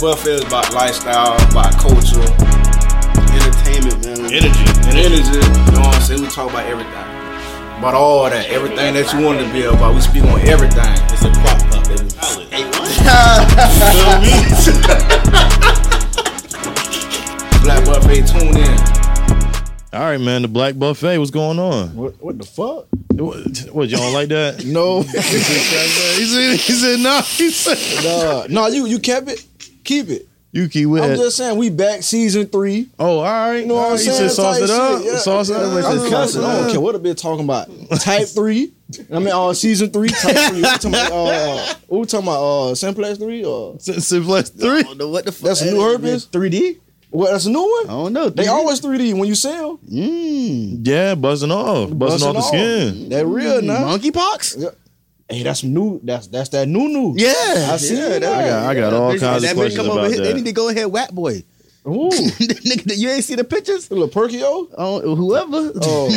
Welfare is about lifestyle, about culture, entertainment, man. Energy. energy. You know what I'm saying? We talk about everything. About all that, everything that you want to be about. We speak on everything. It's a crop top, baby. Solid. You know what I mean? Black Buffet, tune in. All right, man. The Black Buffet. What's going on? What, what the fuck? What, what you don't like that? he No, said, he said no. He said, uh, nah, no, you you kept it, keep it. you keep with I'm it. just saying we back season three. Oh, all right. You know what he I'm saying? said sauce Type it up. shit, yeah. Sauce it up. I He don't, said care- sauce it I don't care up. what a bit talking about. Type three. I mean, uh, season three. Type three. We talking about, uh, what we talking about? Uh, Simplex three or Since it's plus three. don't know what the fuck. that's a new herpes. 3D? Well, that's a new I one. don't know. They 3D? always 3D when you sell. Mm. Yeah, buzzing off. Buzzing, Busting off the off. skin. Mm-hmm. That real now. Monkeypox? Hey, that's new. That's that's that new new. Yeah. I see Yeah, it. that- I got, I got all That kinds bitch of questions come over about here, They need that. to go ahead, whack boy. Ooh, Nigga, you ain't see the pictures? little Perkyo. Oh, whoever. Oh,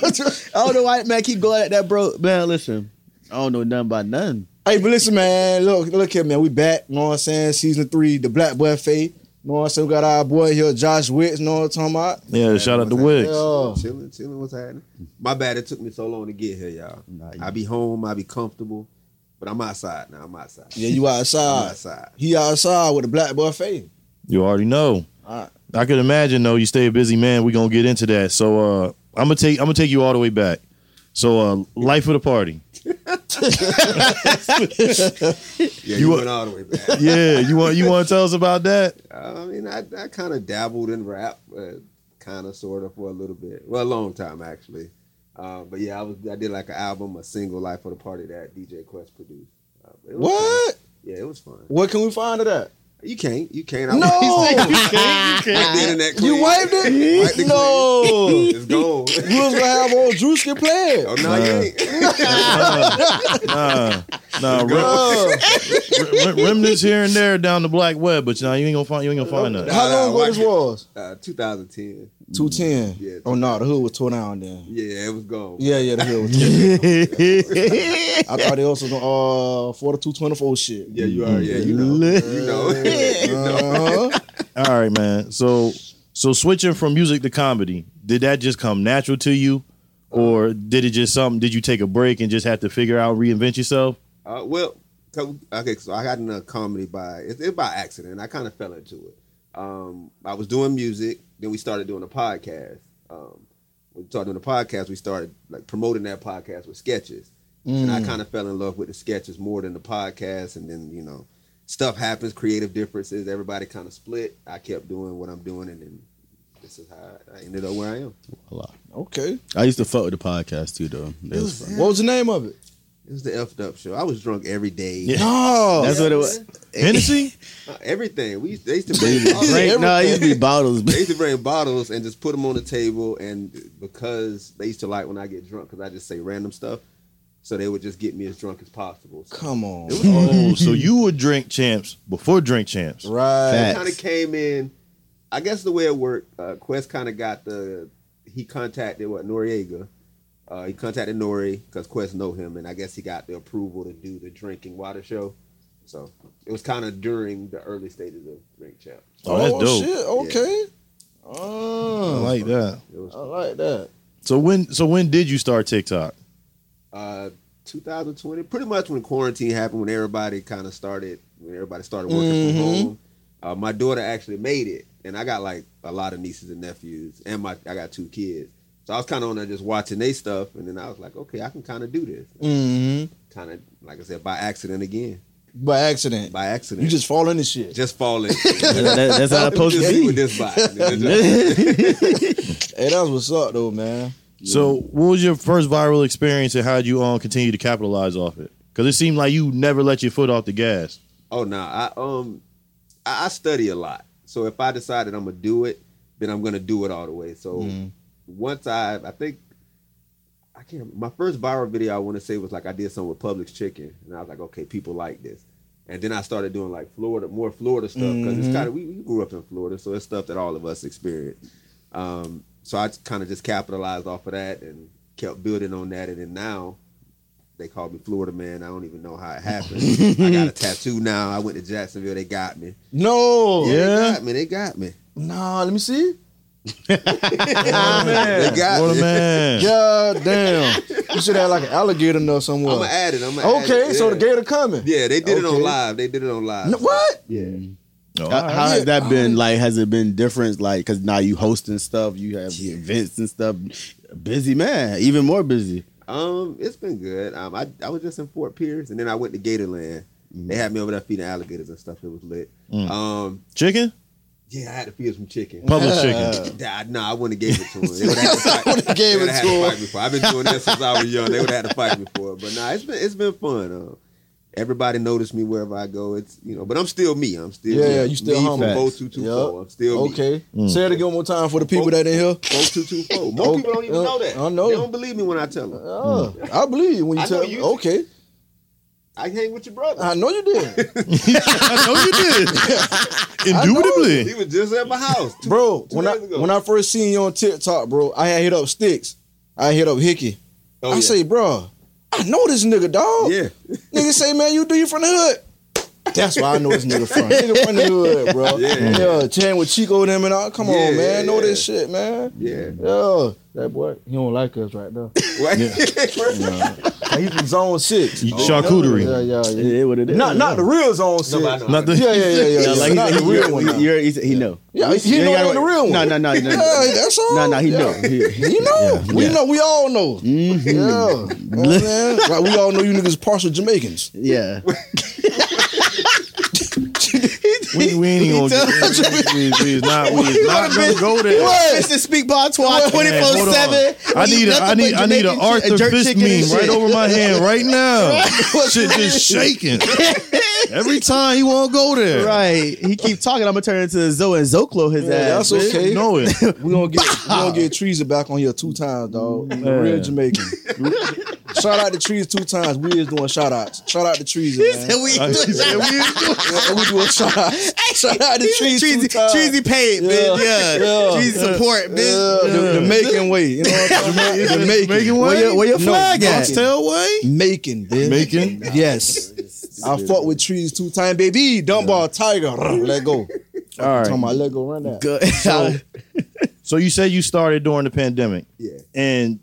Oh. I don't know why man keep going at that bro. Man, listen, I don't know nothing about nothing. Hey, but listen, man. Look, look here, man. We back. You know what I'm saying? Season three, the Black Buffet. You know what I'm saying? We got our boy here, Josh Wicks. You know what I'm talking about? Yeah, shout out to Wicks. Yeah. Chilling, chilling. What's happening? My bad. It took me so long to get here, y'all. Nah, you- I be home. I be comfortable, but I'm outside now. I'm outside. Yeah, you I'm outside. outside. He outside with the Black Buffet. You already know. Alright. I could imagine though. You stay a busy man. We're gonna get into that. So uh, I'm gonna take I'm gonna take you all the way back. So uh, life of the party. Yeah, You you, a- went all the way back. Yeah, you want you want to tell us about that? I mean, I, I kind of dabbled in rap, uh, kind of, sort of, for a little bit. Well, a long time actually. Uh, but yeah, I was I did like an album, a single, "Life for the Party" that DJ Quest produced. Uh, but it was fun. What? Yeah, it was fun. What can we find of that? You can't. You can't. I No, I did in that you clean. wiped Wiped it. it No, It's gone. we was gonna have old Juice get played. oh no, you ain't. Nah, nah. Oh, Rem- Uh, rem- remnants here and there down the black web, but nah, you ain't gonna find you ain't gonna find that. how long ago this was? Uh, 2010. Two ten. Mm. Yeah. Oh no, the hood was torn down then. Yeah, it was gone. Yeah, yeah, the hood was. Torn. I thought they also uh forty two twenty four shit. Yeah, you are. Yeah, you know. You know. you know. Uh-huh. All right, man. So so switching from music to comedy, did that just come natural to you, or did it just something? Did you take a break and just have to figure out reinvent yourself? Uh, well, 'cause- okay, so I got in a comedy by it's it by accident. I kind of fell into it. Um, I was doing music, then we started doing a podcast. Um, when we started doing the podcast, we started like promoting that podcast with sketches, and I kind of fell in love with the sketches more than the podcast. And then you know, stuff happens, creative differences. Everybody kind of split. I kept doing what I'm doing, and then this is how I ended up where I am. Okay. I used to fuck with the podcast too, though. That was fun. What was the name of it? It was the effed up show. I was drunk every day. Yeah. No. That's what it was. Hennessy? Uh, everything. We used, they used to bring bottles. Right? No, it used to be bottles. they used to bring bottles and just put them on the table. And because they used to like when I get drunk, because I just say random stuff, so they would just get me as drunk as possible. So Come on. Oh, so you would drink champs before drink champs. Right. Fact. kind of came in. I guess the way it worked, uh, Quest kind of got the. He contacted what Noriega. Uh, he contacted Nori because Quest know him, and I guess he got the approval to do the drinking water show. So it was kind of during the early stages of Drink Champ. Oh, that's dope. shit. Okay. Oh, I like that. It was I like that. So when so when did you start TikTok? Uh, 2020, pretty much when quarantine happened, when everybody kind of started, when everybody started working Mm-hmm. from Mhm. home. Uh, my daughter actually made it, and I got like a lot of nieces and nephews, and my I got two kids, so I was kind of on there just watching they stuff, and then I was like, okay, I can kind of do this, hmm kind of like I said by accident again, By accident. by accident, You just fall into shit. just falling. That- that's how I supposed just see to what this by. And then just- be. hey, that's what's up though, man. So what was your first viral experience and how did you um continue to capitalize off it? Because it seemed like you never let your foot off the gas. Oh no, I um, I, I study a lot. So if I decided I'm gonna do it, then I'm gonna do it all the way. So once I, I think, I can't. My first viral video I want to say was like I did something with Publix chicken, and I was like, okay, people like this. And then I started doing like Florida, more Florida stuff because it's kind of we, we grew up in Florida, so it's stuff that all of us experience. Um, so I kind of just capitalized off of that and kept building on that, and then now They called me Florida man. I don't even know how it happened. I got a tattoo now. I went to Jacksonville. They got me. No. Yeah, Yeah. they got me. They got me. Nah, let me see. They got What a me. man. God damn. You should have like an alligator or somewhere. I'm gonna add it. I'm gonna add okay, it. so the Yeah. gator coming. Yeah, they did it Okay. on live. They did it on live. No, what? Yeah. Oh, How, how has yeah. that been? Like, has it been different? Like, because now you hosting stuff, you have events and stuff. Busy man, even more busy. Um, it's been good. Um, I, I was just in Fort Pierce, and then I went to Gatorland. They Mm. had me over there feeding alligators and stuff. It was lit. Mm. Um, Chicken? yeah, I had to feed some chicken. Public chicken. Nah, nah, I wouldn't have gave it to him. They would have had to gave they would've it had to to him. fight me for. it. I've been doing this since I was young. They would have had to fight me for it. But nah, it's been it's been fun. Uh, everybody noticed me wherever I go. It's you know, but I'm still me. I'm still Yeah, me. yeah, you still me humble. From 0224. Yup. I'm still me. Okay. Mm. Say it again one more time for the people that in here. 0224. Most people don't even know that. I know. They don't believe me when I tell them. Oh, I believe you when you I tell know me. you- Okay. I hang with your brother. I know you did. I know you did. He Indubitably. was just at my house. Two- Bro, two when I days ago. when I first seen you on TikTok, bro, I had hit up Sticks. I hit up Hickey. Oh, I yeah. say, bro, I know this nigga, dog. yeah. Nigga say, man, you do you from the hood. That's why I know this nigga from. nigga from the hood, bro. Yeah. yeah chatting with Chico them and all. Come Yeah, on, man. Know yeah. this shit, man. Yeah. Yeah. That boy, he don't like us right now. Right? Like, he from zone six. You- charcuterie. Yeah, yeah, yeah. It- it what it is. Not not the real zone six. but I know. Not the, Yeah, yeah, yeah, yeah. Yeah, yeah. like not he, the he, real one. he, now. you're- he said he know. Yeah, he- he You know gotta ain't the worry- real one. No, no, no, no. Yeah, that's all. No, no, he Yeah. know. He, he- You know, yeah, we yeah. know, we all know. Yeah, You know what I'm saying? Like, we all know you niggas partial Jamaicans. Yeah. we, we ain't even gonna get we, we, we is not, we is not gonna go there. Mr. Speak Man, Bontois, hold on. I need a, I need I need an Arthur Fist meme right over my hand right now. shit just shaking. Every time he won't go there. Right. He keep talking. I'm gonna turn into Zoe and Zoclo his ass. that's bitch. okay. You know it. We gonna get we gonna get Treason back on here two times, dog. The Real Jamaican. shout out to Trees two times. We is doing shout outs. Shout out to Treason, man. we I said, we- Yeah, we doing shout outs. Shout out to Trees two times. paid, bitch. Yeah. Treasy support, Yeah, the, the Macon way. You know what I'm talking about? The Jamaican way? Where your, where your No, flag at? Oxtail way. Macon, bitch. Macon? Yes. I fought with trees two times, baby. Dunbar, Tiger. Let go. All right. Talking about let go, run that. Good. So you said you started during the pandemic, Yeah. and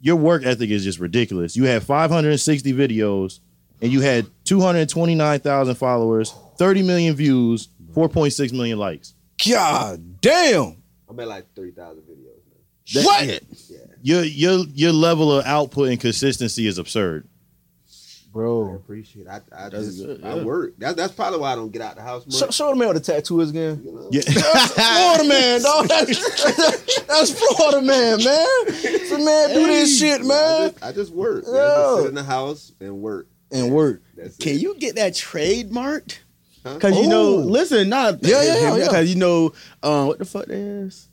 your work ethic is just ridiculous. You had 560 videos, and you had 229,000 followers, 30 million views, 4.6 million likes. God damn. I'm at like 3,000 videos now. What? Your your your level of output and consistency is absurd. I Bro. appreciate it. I, I just, I work. That, that's probably why I don't get out the house much. Show, show the man what the tattoo is again. Yeah. Florida man, dog. That's, that's Florida man, man. So man, do this shit, I, man. just, I just work. man. Just Yeah. sit in the house and work. And work. That's it. Can you get that trademarked? Huh? Cause you know, Ooh. listen, not Oh. Yeah, yeah, yeah, yeah. Cause you know, um, what the fuck they is?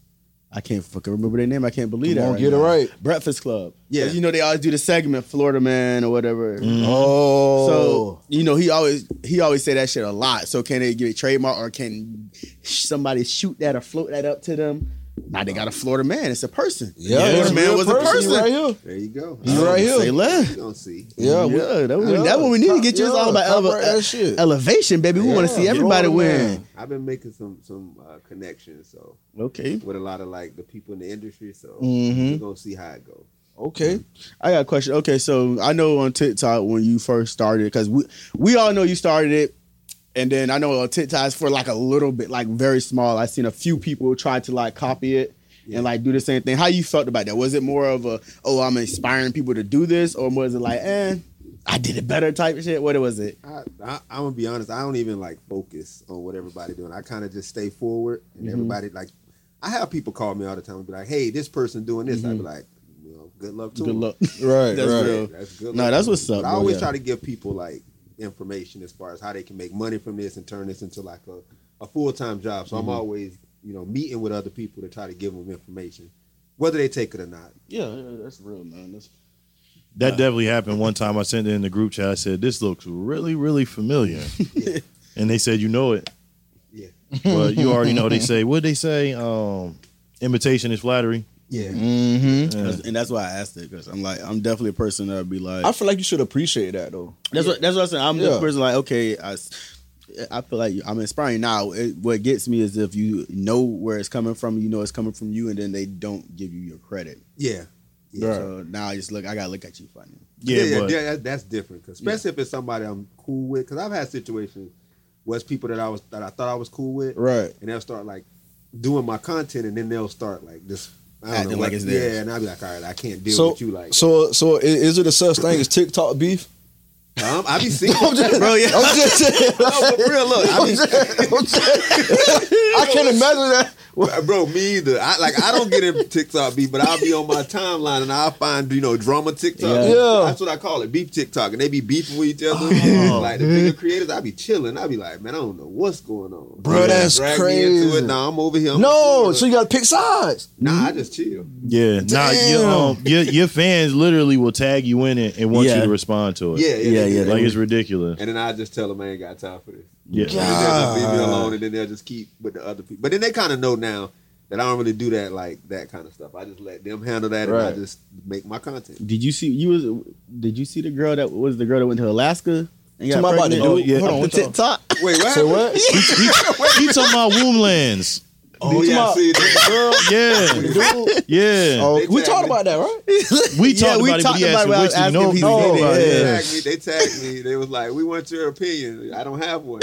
I can't fucking remember their name. I can't believe Come that. on, get it now. right. Breakfast Club. Yeah. 'Cause You know they always do the segment Florida Man or whatever. Oh. So you know he always he always say that shit a lot. So can they get a trademark or can somebody shoot that or float that up to them? Now they got a Florida man. It's a person. yeah, Florida it's man real was a person. He Right here. There you go. He's right here. Say less. You don't see. Yeah, Yeah, we- that, one, yeah. that one we need to get you. It's all about Top ele- right that shit. elevation, baby. We want to Yeah, see everybody Florida win. man. I've been making some some uh, connections so Okay, with a lot of like the people in the industry. So Mhm. we're gonna see how it goes. Okay. I got a question. Okay, so I know on TikTok when you first started, because we we all know you started it, and then I know on TikTok it's for like a little bit, like very small. I seen a few people try to like copy it Yeah. and like do the same thing. How you felt about that? Was it more of a oh I'm inspiring people to do this, or was it like eh I did it better type of shit? What was it? I, I, I'm gonna be honest. I don't even like focus on what everybody doing. I kind of just stay forward, and Mm-hmm. everybody like. I have people call me all the time and be like, "Hey, this person doing this." Mm-hmm. I'd be like, "You know, good luck to Good them. luck. Right. That's right. real. That's good. Nah, luck that's to what's them. up, But I bro, always yeah. try to give people like information as far as how they can make money from this and turn this into like a, a full time job. Mm-hmm. So I'm always you know meeting with other people to try to give them information, whether they take it or not. Yeah, yeah that's real, man. That's That definitely happened one time. I sent it in the group chat. I said, "This looks really, really familiar," and they said, "You know it." Yeah. but you already know they say what they say. Um, imitation is flattery. Uh, Yeah. Mm-hmm. And that's why I asked it because I'm like, I'm definitely a person that would be like, I feel like you should appreciate that though. that's what that's what I'm saying. I'm Yeah. the person like, okay, I, s- I feel like I'm inspiring now. It, what gets me is if you know where it's coming from, you know it's coming from you, and then they don't give you your credit. Yeah. Yeah. So now I just look, I gotta look at you funny. Yeah, yeah, but yeah, that- that's different. 'cause especially if it's somebody I'm cool with, because I've had situations where it's people that I was that I thought I was cool with, Right. and they'll start like doing my content, and then they'll start like just I don't Acting know, like it's yeah, theirs. and I'll be like, all right, I can't deal so with you like. so so i- is it a such thing as TikTok beef? Um, I be seeing, bro. Yeah, I'm just saying. no, for real. Look, I be, I can't imagine that. Well, Bro, me either. I like I don't get in TikTok beef, but I'll be on my timeline and I'll find you know drama TikTok. Yeah. Yeah. that's what I call it, beef TikTok, and they be beefing with each other. Oh. Like the bigger creators, I be chilling. I be like, man, I don't know what's going on, Bro, They that's drag me Into crazy. it. Nah, I'm over here. I'm No, over so here. you gotta pick sides. nah, I just chill. yeah, nah, your, um, your your fans literally will tag you in it and want you Yeah. to respond to it. Yeah, Yeah, yeah, they do yeah, that. like it's ridiculous. And then I just tell them I ain't got time for this. Yeah, And then they'll just leave me alone, and then they'll just keep with the other people. But then they kind of know now that I don't really do that like that kind of stuff. I just let them handle that, and I Right. just make my content. Did you see you was? Did you see the girl that was the girl that went to Alaska? And Talking about the pregnant? dude- Oh, yeah. hold on, Up what the TikTok. Wait, what? Say happened? what? he talking about womblands. Oh Did you yeah, I talk- see that. Yeah, Dude, yeah. oh, They we tagged talked me. about that, right? we yeah, talked we about talked it. about it, But I he was asked if asking if we he know Oh, did it, about They it. yeah. Yeah. tagged me. They tagged me. They was like, "We want your opinion. I don't have one.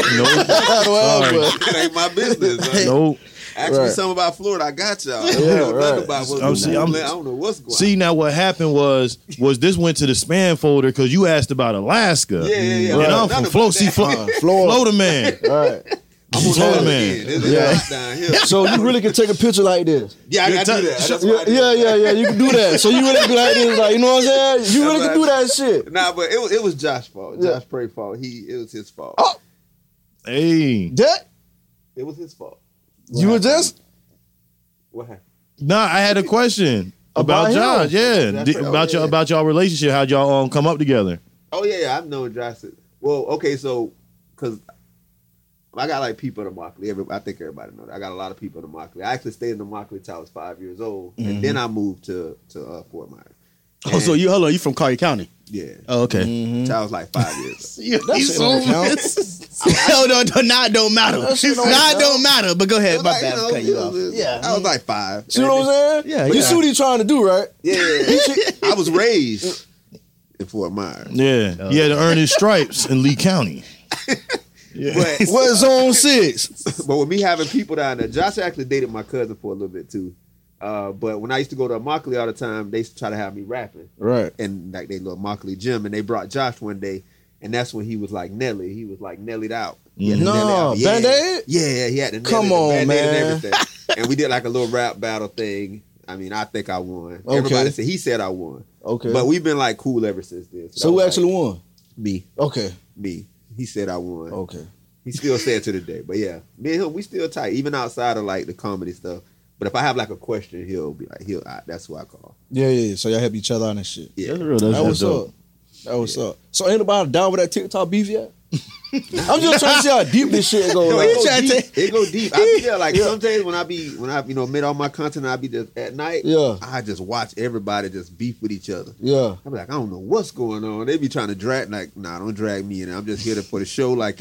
Nope. that ain't my business. Sorry. Like, Nope. Ask me Right. something about Florida. I got y'all. I don't Yeah, know nothing right. about what's I'm going see- on. I'm- I don't know what's going. See now what happened was was this went to the spam folder because you asked about Alaska. on. yeah, yeah, yeah. And None I'm from about Flossie, that. Flo- Florida. Florida man. Right. I'm Florida on Florida man. again. This is Yeah. hot down here. So you really can take a picture like this. Yeah, I You're got to do that. That's Yeah, why I did yeah, that. yeah, yeah. You can do that. So you really can do like this, like you know what I'm saying? You really can do that shit. Nah, but it was it was Josh's fault. Yeah. Josh Pray's fault. He it was his fault. Oh. Hey. That It was his fault. you were just What happened? Nah, I had a question. About, About Josh, him. yeah, That's Di- right. about Oh, your yeah. about y'all relationship, how y'all um come up together? Oh yeah, yeah, I've known Josh. since- Well, okay, so because I got like people in the Mockley. Every, I think everybody knows. That. I got a lot of people in the Mockley. I actually stayed in the Mockley till I was five years old, and then I moved to to uh, Fort Myers. Mm-hmm. Oh, so you hold on, you from Collier County? Yeah, Oh, okay. till I was like five years. old. Mm-hmm. that shit don't count. no, no, no, nah, it don't matter. Nah, That shit don't it count. don't matter. But go ahead, my Like, bad. you know, Cut you it off. was- Yeah. I was like five. See what I'm saying? Yeah, You yeah. see what he's trying to do, right? Yeah, yeah, yeah. I was raised in Fort Myers. Yeah, he had to earn his stripes in Lee County. But, What zone six? but with me having people down there, Josh actually dated my cousin for a little bit too. Uh, but when I used to go to Immokalee all the time, they used to try to have me rapping. Right. and like they little Mockley gym, and they brought Josh one day, and that's when he was like Nelly. He was like Nellied out. He Mm-hmm. had the No, Nelly out. yeah. Oh, Band-Aid? Yeah, yeah, he had the Nelly, Come the on, Band-Aid man. and everything. and we did like a little rap battle thing. I mean, I think I won. Okay. Everybody said he said I won, Okay. but we've been like cool ever since then. so that who was, actually won? like, me, Okay. me. He said I won. Okay. He still said to the day, but yeah, me and him, we still tight, even outside of like the comedy stuff. But if I have like a question, he'll be like, he'll. I, that's who I call. Yeah, yeah, yeah. So y'all help each other out and shit. Yeah. real. That's, That that's was dope. up. That was up. So ain't nobody down with that TikTok beef yet? I'm just trying to see how deep this shit go. No, like. oh, it, go "Oh, deep. it go deep. I be there like some days when I be when I you know made all my content. I be just at night. Yeah. I just watch everybody just beef with each other. Yeah. I be like, I don't know what's going on. They be trying to drag like, nah, don't drag me in. I'm just here to put a show like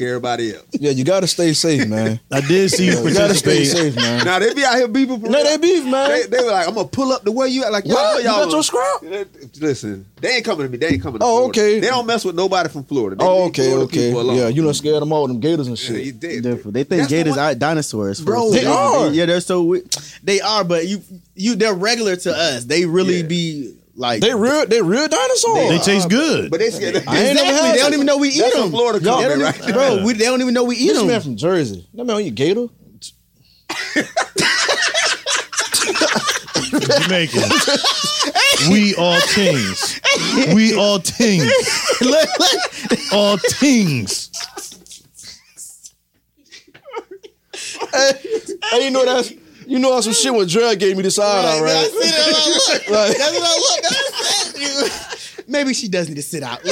everybody else. Yeah, you gotta stay safe, man. I did see you you gotta stay participate. safe, man. now they be out here beefing. For No, real. they beef, man. They, they were like, I'm gonna pull up the way you at. Like, What? You y'all, got your scrap? Listen, they ain't coming to me. They ain't coming. To Oh, Florida. okay. They don't mess with nobody from Florida. They Oh, leave okay, Florida okay. people alone. Yeah, you done scared them all with them gators and Yeah, you shit. did. Different. They think That's the gators one- are dinosaurs, for Bro, us. they are. yeah, they're so we- they are. But you, you, they're regular to us. They really Yeah. be like They real, they real dinosaurs. They taste good. But they scared. I ain't never Exactly. had They don't them. even know we eat That's a them. Florida They don't comment even- right there. bro. We, they don't even know we eat This man them. from Jersey. That man eat gator. Jamaican. we all things. We all things. Look, look. All things. Hey, you know that's you know that's some shit when Dre gave me this eye, Right, all man, I right? see that. I'm like, look, Right. that's what I look. That's what I said. Maybe she does need to sit out.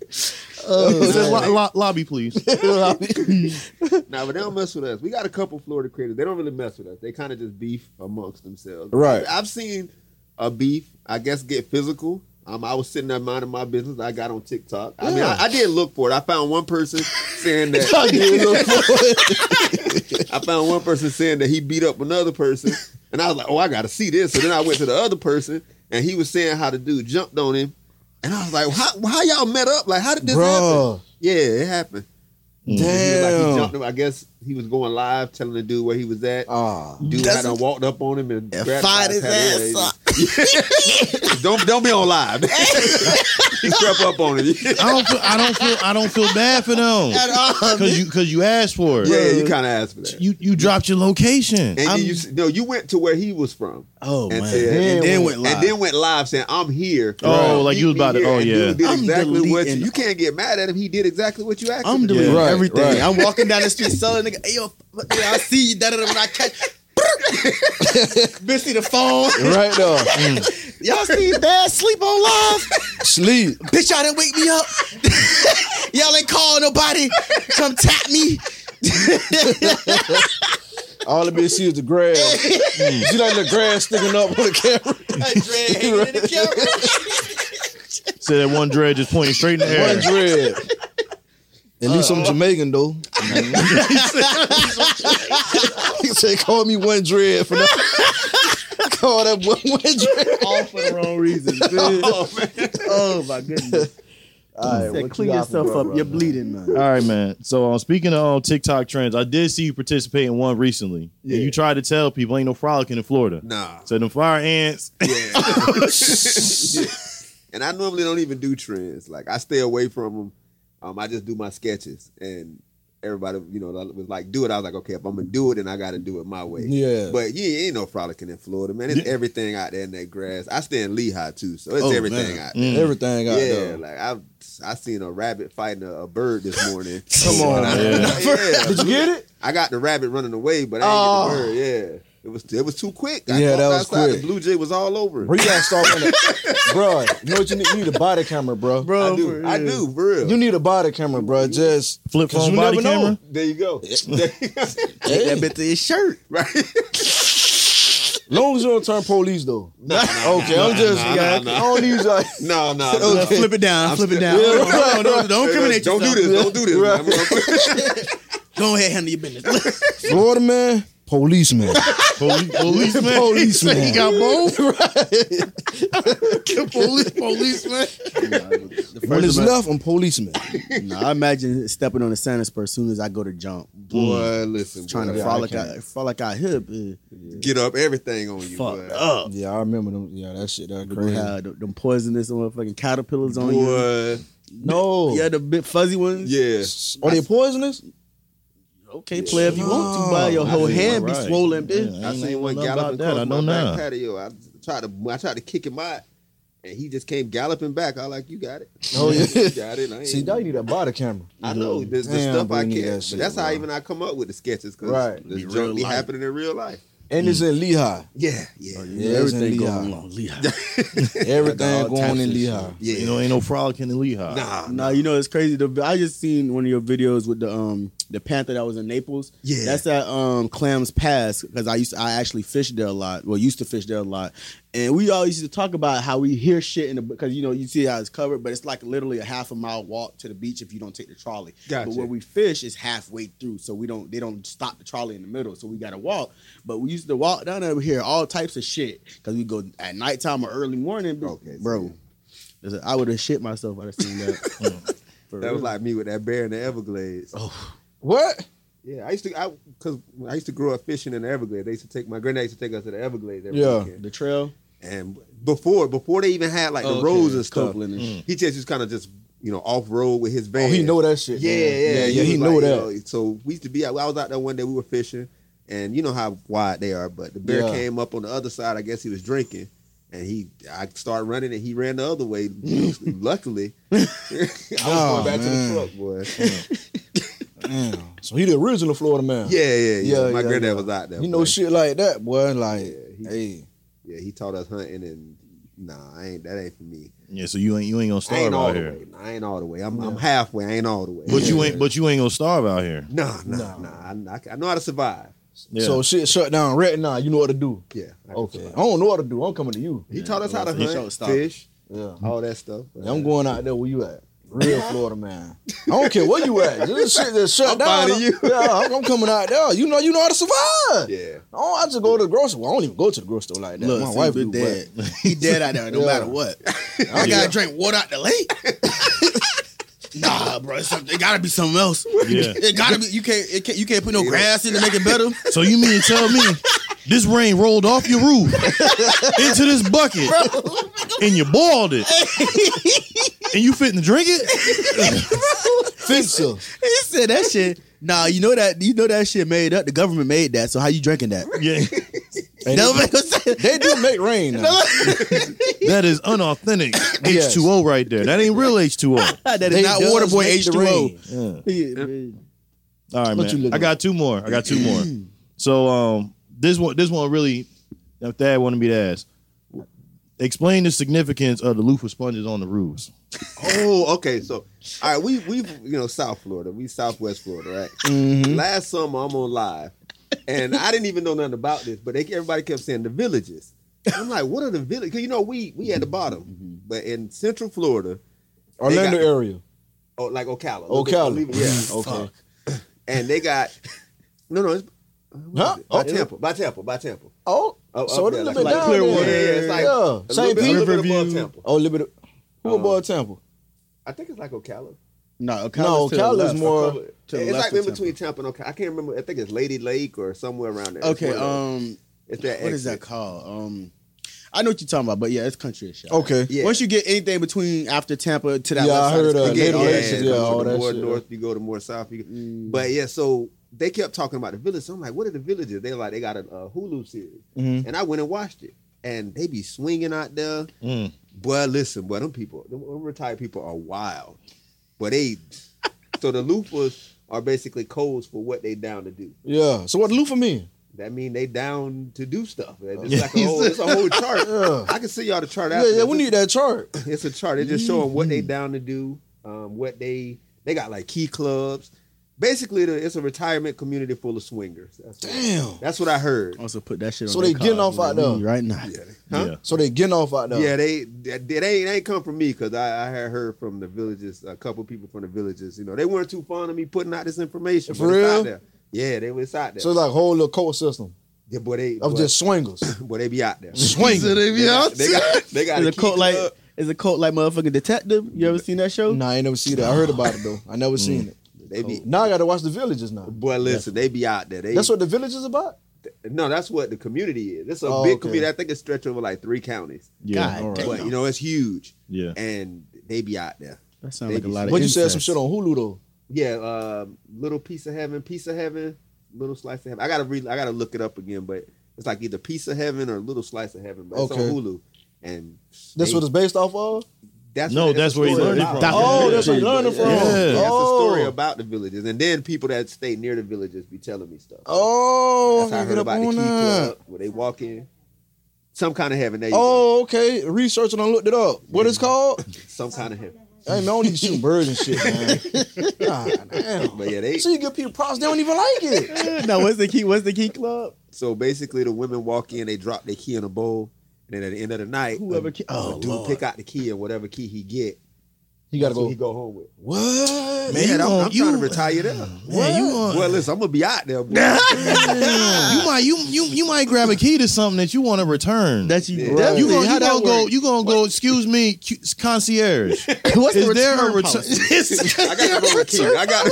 Says, "Lo- lo- lobby, please. Nah, but they don't mess with us. We got a couple Florida creators. They don't really mess with us. They kind of just beef amongst themselves. Right. I've seen a beef, I guess, get physical. Um, I was sitting there minding my business. I got on TikTok. I mean, I, I didn't look for it. I found one person saying that. I, found one person saying that he beat up another person, and I was like, "Oh, I got to see this." So then I went to the other person, and he was saying how the dude jumped on him, and I was like, "How, how y'all met up? Like, how did this happen?" Bruh. Yeah, it happened. He was like he Damn. jumped him. I guess he was going live, telling the dude where he was at. Ah. dude had done walked up on him and grabbed fired his ass up. don't don't be on live. he crept up on him. I don't feel. I don't feel. I don't feel bad for them because you because you asked for it. yeah, you kind of asked for that. Oh, You you dropped your location. And I'm- you, you no, you went to where he was from. Oh And man. said- and then went And live. then went live saying, "I'm here." Oh, like you was Meet me about to- here. oh, And yeah. dude did I'm exactly what you, deleting- you can't get mad at him. He did exactly what you asked. I'm him to do. deleting right, everything. right. I'm walking down the street selling nigga. Hey yo, yeah, I see you. Da da da. When I catch, bitch, see the phone. Right though. Mm. Y'all see bad sleep on live. Sleep. Bitch, y'all didn't wake me up. y'all ain't call nobody. Come tap me. All I been see is the grass. Mm. See like the grass sticking up on the camera. Hey, Dre, hanging in the camera. said that one dread just pointing straight in the air. One dread. At least I'm Jamaican though. Mm-hmm. he said, "Call me one dread for that." Call that boy one dread. All for the wrong reasons. Oh, man. Oh my goodness. All right, Said, clean yourself up. You're bleeding, man. All right, man. So um, speaking of TikTok trends, I did see you participate in one recently. Yeah. And you tried to tell people ain't no frolicking in Florida. Nah. So them fire ants. Yeah. and I normally don't even do trends. Like I stay away from them. Um, I just do my sketches, and everybody, you know, that was like, "Do it." I was like, "Okay, if I'm gonna do it, then I got to do it my way." Yeah. But yeah, ain't no frolicking in Florida, man. It's everything out there in that grass. I stay in Lehigh too, so it's Oh, everything man. out there. Mm. Everything out yeah, there. like I've I seen a rabbit fighting a, a bird this morning. Come on, And I- man. yeah. Did you get it? I got the rabbit running away, but I didn't get the bird. Yeah, it was it was too quick. I Yeah, walked that was outside, quick. The blue jay was all over. it. Bro, you gotta start running. bro, you know what you need? You need a body camera, bro. Bro, I do, I do, for real. You need a body camera, bro. Just Flip 'Cause phone you body never know. camera. There you go. Take that bit to his shirt. right. long as you don't turn police though. okay, I'm just. nah, nah, nah. I don't need you No, no. Uh, Flip it down. I'm flip it still- down. Yeah, Hold on, hold on, don't, don't incriminate Don't do yourself. this. Don't do this. Right. man. Go ahead, handle your business. Florida man, policeman. Poli- policeman. Policeman. he got both. police, policeman. When it's left, I'm policeman. Nah, I imagine stepping on the Santa's as soon as I go to jump. Boy, listen. Trying to boy, frolic out, frolic out eh. here. but get up everything on you. Fuck boy. up. Yeah, I remember them. Yeah, that shit. That They crazy. had them poisonous motherfucking caterpillars on you. Boy, No. Yeah, the big fuzzy ones. yeah. Are they poisonous? Okay, play if you want to, but your I whole see. hand be Right. swollen, bitch. Yeah. I ain't seen one nothing about galloping that. across I my don't back know. patio. I tried to, I tried to kick him out, and he just came galloping back. I like, you got it. Oh, yeah. you got it. I ain't- See, now you need a body camera. I know the, the Damn, stuff boy, you I can. need that That shit, that's how bro. even I come up with the sketches because Right. this Be real junk be life. happening in real life. And it's in Lehigh. Yeah, yeah, Yeah, it's in everything Lehigh. going Oh, on. Lehigh. Everything going in Lehigh. Lehigh. yeah. You know, ain't no frolicking in Lehigh. nah, Nah, you know it's crazy. The, I just seen one of your videos with the um the panther that was in Naples. Yeah. that's at um Clams Pass because I used to, I actually fished there a lot. Well, used to fish there a lot, and we all used to talk about how we hear shit in the because you know you see how it's covered, but it's like literally a half a mile walk to the beach if you don't take the trolley. Gotcha. But where we fish is halfway through, so we don't they don't stop the trolley in the middle, so we gotta walk. But we used to walk down there, we hear all types of shit because we go at nighttime or early morning. Okay, bro. There's a- I would have shit myself. I'd have seen that. For That real. was like me with that bear in the Everglades. Oh. What? Yeah, I used to, I because I used to grow up fishing in the Everglades. They used to take my granddad used to take us to the Everglades every Yeah. weekend. the trail. And before before they even had like the Okay, roads and stuff, Copeland and shit. he just was kind of just you know off road with Mm. his Oh, van. he know that shit. Yeah, man. yeah, yeah. He was know like, that. yo, so we used to be. out- I was out there one day. We were fishing, and you know how wide they are. But the bear Yeah. came up on the other side. I guess he was drinking, and he. I started running, and he ran the other way. Luckily, I was Oh, going back man. to the truck, boy. Damn. So he the original Florida man. Yeah, yeah, yeah. Yeah, My yeah, granddad yeah. was out there. He know boy. shit like that, boy. Like, he- hey, Yeah, he taught us hunting and Nah, I ain't. That ain't for me. Yeah, so you ain't you ain't gonna I starve ain't all out the here. way. I ain't all the way. I'm, I'm halfway. I ain't all the way. But you ain't but you ain't gonna starve out here. Nah, nah, nah. I, I, I know how to survive. Yeah. So shit shut down right now. You know what to do. Yeah. I can Okay. I survive. don't know what to do. I'm coming to you. He taught us how to He hunt, showed stop. fish, Yeah. all that stuff. I'm going out there where you at. Real Florida man. I don't care where you at. This shit just shut I'm down. finding you. Yeah, I'm, I'm coming out there. You know, you know how to survive. Yeah. Oh, I just go to the grocery. Well, I don't even go to the grocery store like that. Look, My see, wife we do, dead. but He dead out there, no Yeah. matter what. I Yeah. gotta drink water out the lake. nah, bro, it's something- it gotta be something else. Yeah. It gotta be. You can't. It can't you can't put no grass in to make it better. So you mean to tell me this rain rolled off your roof into this bucket and you boiled it and you fitting to drink it? Fencer. He said that shit. Nah, you know that you know that shit made up. The government made that. So how you drinking that? Yeah, And That make no sense. They do make rain. Now. that is unauthentic Yes. H2O right there. That ain't real H2O. That is They not does Waterboy make the H2O. Yeah. Yeah, All right, What you man. looking I got two more. I got two more. so um, this one, this one really, uh, Thad wanted me to ask. Explain the significance of the loofah sponges on the roofs. Oh, okay. So, all right, we we you know South Florida, we Southwest Florida, right? Mm-hmm. Last summer, I'm on live, and I didn't even know nothing about this, but they everybody kept saying the villages. I'm like, what are the villages? Because you know we we at the bottom, Mm-hmm. but in Central Florida, Orlando got- area. oh, like Ocala, Ocala. Mm-hmm. Leave it- yeah, Oh. Okay. and they got no, no, it's, uh, what Huh? is it? by Oh, it- Temple, by Temple, by Temple. Oh, Up- so up it a there, little like- bit like down Clearwater. there. Yeah, it's like yeah. a little St. bit, a Pete. little bit above Riverview. Temple. Oh, a little bit. Who Um, above Temple? I think it's like Ocala. No, No, Ocala's to the Ocala's left. more- Or Ocala. to the it's left like in of Temple. between Temple and Ocala. I can't remember. I think it's Lady Lake or somewhere around there. It's Okay, one of those. um, it's that. what is that exit. called? Um, I know what you're talking about, but yeah, it's country as shit. Okay. Yeah. Once you get anything between after Tampa to that, Yeah, left I side, heard, it's uh, pretty Native good. yeah, Nations, you yeah, go all to the that more shit. Mm. north, you go to more south. You, But yeah, so they kept talking about the village. So I'm like, what are the villages? They like they got a, a Hulu series, Mhm. and I went and watched it, and they be swinging out there. Mm. Boy, listen, boy, them people, them retired people are wild, but they. so the loofahs are basically codes for what they down to do. Yeah. So what loofah mean? That mean they down to do stuff. It's like a whole, it's a whole chart. Oh. Yeah. I can see y'all the chart. Yeah, after yeah, this. we need that chart. It's a chart. It's just showing what they down to do, um, what they they got like key clubs. Basically, the, it's a retirement community full of swingers. That's what- Damn. that's what I Oh, heard. Also put that shit. So on they their getting cars, off out man. there. right now. Huh? Yeah. So they getting off out Yeah, there. they that that ain't ain't come from me because I, I had heard from the villages, a couple people from the villages. You know, they weren't too fond of me putting out this information. For but it's out real? there. Yeah, they was out there. So it's like a whole little court system yeah, boy, they of boy, just swingers. boy, they be out there. Swing. So they be out They got they got Is a a key cult like Mm. club. is a cult like motherfucking detective? You ever seen that show? Nah, I ain't never seen that. I heard about it though. I never seen it. They Mm. be Now I gotta watch the villages now. boy, listen, they be out there. They oh. That's what the village is about. no, that's what the community is. It's a Oh, big okay. community. I think it's stretched over like three counties. Yeah. God But damn. you know, it's huge. Yeah. And they be out there. That sounds like a Babies. lot of. But you said some incest. shit on Hulu though. Yeah, um, little piece of heaven, piece of heaven, little slice of heaven. I gotta read I gotta look it up again, but it's like either piece of heaven or little slice of heaven. But it's Okay. on Hulu. And That's they- what it's based off of. that's No, what- that's where he a story learned it about from. Oh, that's where he learned it from. Yeah. That's a story Oh. about the villages. And then people that stay near the villages be telling me stuff. Oh, that's how I I gotta heard get about the up key on that. club where they walk in. Some kind of heaven. There you go. Oh, okay. Research and I looked it up. What it's called? Some kind of heaven. hey man, I don't need to shoot birds and shit, man. God damn. But yeah, they So you give people props, they don't even like it. no, what's the key? What's the key club? So basically, the women walk in, they drop their key in a bowl, and then at the end of the night, Whoever a, key- a oh, dude Lord. pick out the key and whatever key he get, You gotta that's what he go. go home with. Man, What? yeah, you I'm, on- I'm trying to you- retire there. Man, you on- Well, listen, I'm gonna be out there. Boy. you might you you you might grab a key to something that you want to return. That you Yeah. definitely- you gonna, how you that gonna go work? you gonna go excuse me cu- concierge. What's Is the there a return return? policy? I got the wrong key. I got.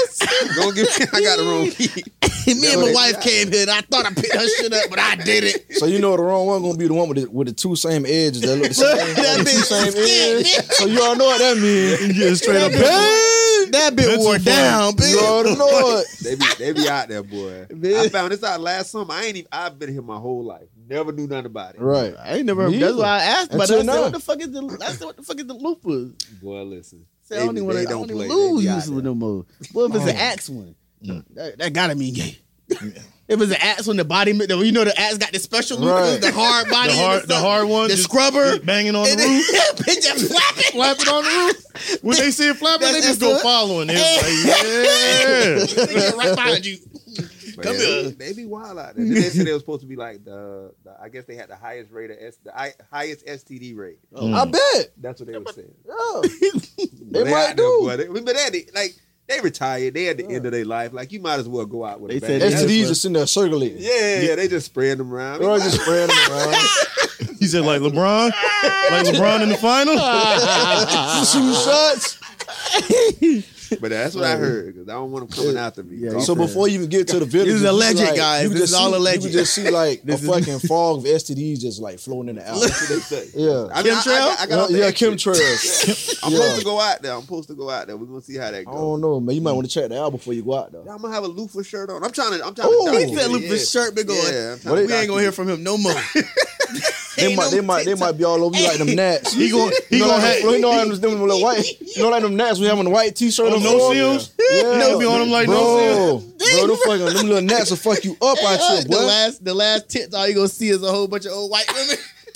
Go give me. I got the wrong key. Me and my Yeah. wife came here. and I thought I picked her shit up, but I did it. So you know the wrong one gonna be the one with the, with the two same edges that look the same. That the two bitch same thick, edges. So you all know what that means. Yeah, straight up. That bit Mental wore fun. down, You bitch. already know it. They be, they be out there, boy. I found this out last summer. I ain't even. I've been here my whole life. Never knew nothing about it. Right. I ain't never. Me that's either. why I asked about it. Until I said, now. "What the fuck is the? I said, what the fuck is the loopers?" Boy, listen. Say, I don't They- even they want to don't play. They lose be out usually there. no more. What if it's an axe one? That, that gotta mean gay. If it's an axe on the body, you know the axe got the special loop, Right. the hard body, The hard, and the stuff. hard one, the just scrubber, banging on the and then- roof, bitch, just flapping. flapping on the roof. When they see it flapping, they That's- just that's go what- following it. It's like, Nigga right behind you. But Come yeah, here. They, they be wild out there. They said they was supposed to be like the, the I guess they had the highest rate of S, the I, highest STD rate. yeah. I bet. That's what they were saying. Yeah. But Oh. They might out there, do. boy. They- but they had the- like they retired. They at the end of their life. Like you might as well go out with They a said bang. that's STDs what- just sitting there circulating. Yeah, yeah, they just spread them around. They're all just spreading them around. He said, like LeBron, like LeBron in the final. Shoot shots. But that's what I heard because I don't want them coming after me. Yeah, Talking you So said- about- before you even get to the video, This is you can alleged, see, like, guys. you can just This is all see- alleged. You can just see like a This is- fucking fog of STDs just like floating in the air. that's what they say. Yeah. I mean, I- I got- I got off the yeah, exit. chemtrails. I'm Yeah. supposed to go out there. I'm supposed to go out there. We're gonna see how that I goes. Oh. don't know, man. You might want to check the album before you go out though. I'm gonna have a Lufa shirt on. I'm trying to. I'm trying Ooh. to. Oh, He document said it, Lupus yeah. shirt big on. Yeah, I'm trying What to they- We ain't gonna hear from him no more. They Ain't might, no they might, they TikTok. might be all over you like them gnats. He gon- he you know, gon' like, have- you know, like them, them little white, you know, like them gnats we have on the white t-shirt. On and Oh, no all? seals? yeah. No, be on them like no bro, bro, them fucking, them little gnats will fuck you up out uh, the here, boy. last, the last tits, all you gonna see is a whole bunch of old white women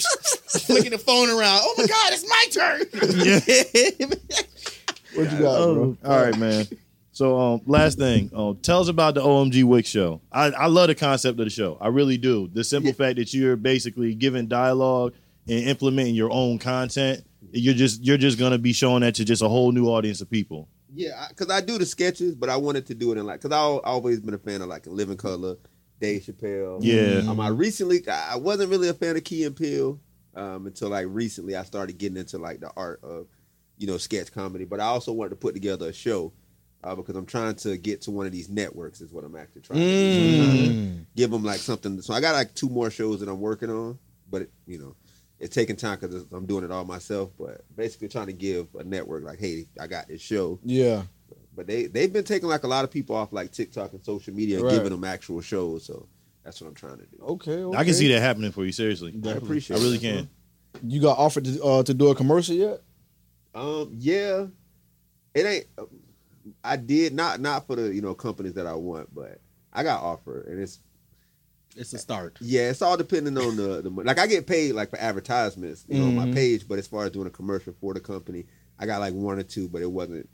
flicking the phone around. Oh my god, it's my turn. What you got, Oh, bro? All right, man. So um, last thing, um, tell us about the OMG Wick show. I, I love the concept of the show. I really do. The simple fact that you're basically giving dialogue and implementing your own content, you're just you're just gonna be showing that to just a whole new audience of people. Yeah, because I, do the sketches, but I wanted to do it in like because I al- always been a fan of like Living Color, Dave Chappelle. Yeah. Um, I recently I I wasn't really a fan of Key and Peele um, until like recently I started getting into like the art of you know sketch comedy, but I also wanted to put together a show. Uh, because I'm trying to get to one of these networks is what I'm actually trying to do. So I'm trying to Mm. give them like something. So I got like two more shows that I'm working on, but it, you know, it's taking time because I'm doing it all myself. But basically trying to give a network like, hey, I got this show, Yeah, but they they've been taking like a lot of people off like TikTok and social media and Right. giving them actual shows. So that's what I'm trying to do. okay, okay. I can see that happening for you. Seriously, I appreciate. I really that, can. You got offered to, uh, to do a commercial yet? bro. Um, yeah, it ain't. I did not not for the you know companies that I want, but I got offered, and it's It's a start. yeah, it's all depending on the the mon- like I get paid like for advertisements you know, Mm-hmm. on my page, but as far as doing a commercial for the company, I got like one or two, but it wasn't.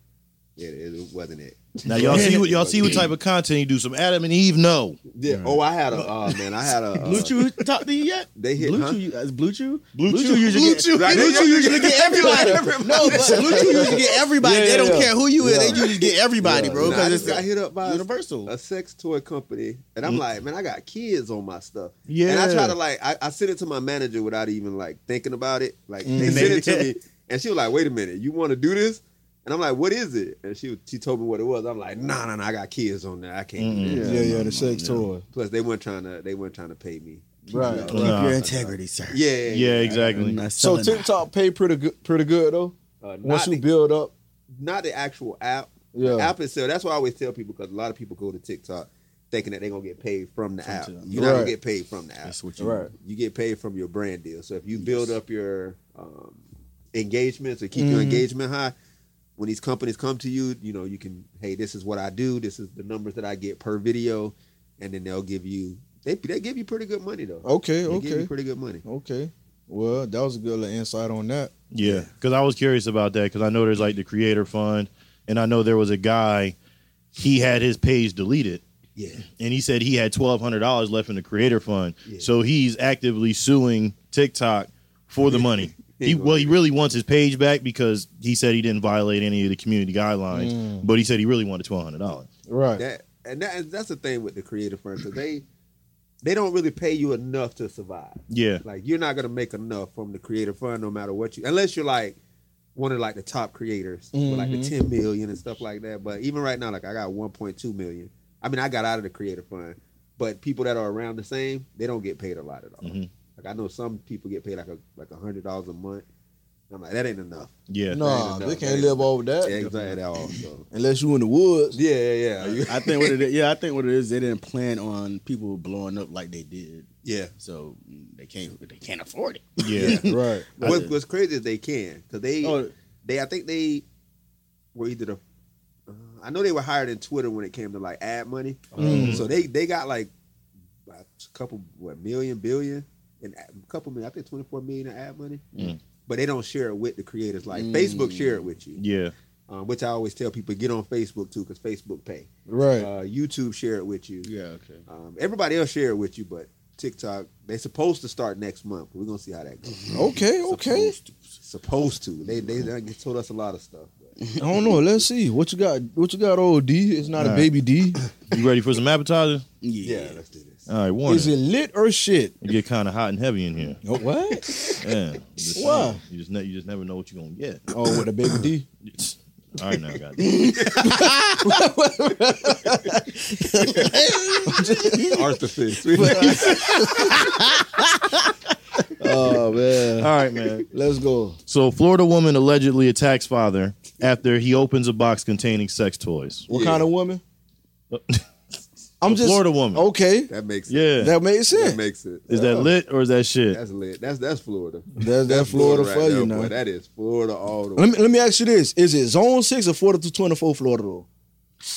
It, it wasn't it. Now y'all see what y'all see what type of content you do. Some Adam and Eve, no. Yeah. Oh, I had a. Oh man, I had a. Blue Uh, Chew talk to you yet? They hit, Blue huh? Chew. you- That's Blue Chew. Blue Chew. usually Blue get, Chew. Blue Chew usually get everybody. no, but Blue Chew usually get everybody. Yeah, they don't yeah. care who you is. They Yeah. usually get everybody, Yeah, bro. nah, I Because just it's got hit up by Mm. a- universal. a sex toy company, and I'm like, man, I got kids on my stuff. Yeah. and I try to like, I, I sent it to my manager without even like thinking about it. Like they sent it to me, and she was like, "Wait a minute, you want to do this?" And I'm like, "What is it?" And she was- she told me what it was. I'm like, "Nah, nah, nah, I got kids on there. I can't." Do Yeah, this. yeah, the sex toy. Plus, they weren't trying to they weren't trying to pay me. Right. Keep Nah. your integrity, sir. Yeah, Yeah, exactly. So TikTok pay pretty good, pretty good though. Uh, Once not, you the, build up, not the actual app. yeah, The app itself. That's why I always tell people because a lot of people go to TikTok thinking that they're gonna get paid from the app. You're not Right. gonna get paid from the app. what right. you get paid from your brand deal. So if you build up your um, engagements or keep Mm-hmm. your engagement high, when these companies come to you, you know you can, hey, this is what I do. This is the numbers that I get per video, and then they'll give you they they give you pretty good money though. Okay, they give you okay, pretty good money. okay. Well, that was a good little insight on that. Yeah, because I was curious about that because I know there's like the creator fund, and I know there was a guy, he had his page deleted, Yeah, and he said he had twelve hundred dollars left in the creator fund, Yeah. so he's actively suing TikTok for the money. He He, gonna well, he really wants his page back because he said he didn't violate any of the community guidelines, but he said he really wanted twelve hundred dollars. Right. that and that and that's the thing with the creative firms 'cause they they don't really pay you enough to survive. Yeah, Like you're not gonna make enough from the creator fund, no matter what you, unless you're like one of like the top creators with like the 10 million and stuff like that. But even right now, like I got 1.2 million. I mean, I got out of the creator fund, but people that are around the same, they don't get paid a lot at all. Mhm. Like I know some people get paid like a like a hundred dollars a month. I'm like that ain't enough. yeah. Nah, That they ain't can't enough. live over that exactly at all. So unless you in the woods. yeah, yeah, yeah, I think what it is, yeah, I think what it is, they didn't plan on people blowing up like they did, yeah. so mm, they can't they can't afford it. Yeah, Right. What, what's crazy is they can because they Oh, they I think they were either the uh, I know they were higher than Twitter when it came to like ad money, so they they got like a couple what million billion and a couple million. I think twenty four million in ad money, Mm. but they don't share it with the creators. Like Facebook share it with you, Yeah. um, which I always tell people get on Facebook too because Facebook pay. Right. Uh, YouTube share it with you. Yeah, okay. Um, everybody else share it with you, but TikTok they supposed to start next month. We're gonna see how that goes. Okay, okay. Supposed to. They they, they told us a lot of stuff. but- I don't know. Let's see. What you got? What you got, old D? It's not a Nah. baby D. You ready for some appetizer? Yeah. yeah, let's do this. All right, warning. Is it lit or shit? it get kind of hot and heavy in here. Oh, what? Yeah. Just saying. Why? You just ne- you just never know what you're gonna get. oh, with a baby D. All right, now I got it. Artifice. Oh man. All right, man. Let's go. So, Florida woman allegedly attacks father after he opens a box containing sex toys. What Yeah. kind of woman? Uh, I'm A just Oh, Florida woman. Okay, that makes sense. yeah. that made That sense. makes it. Is that lit or is that shit? That's lit. That's that's Florida. That's that Florida for there, you boy. now. That is Florida all the way. Let me let me ask you this: Is it Zone Six or Florida to Twenty Four Florida Oh, though?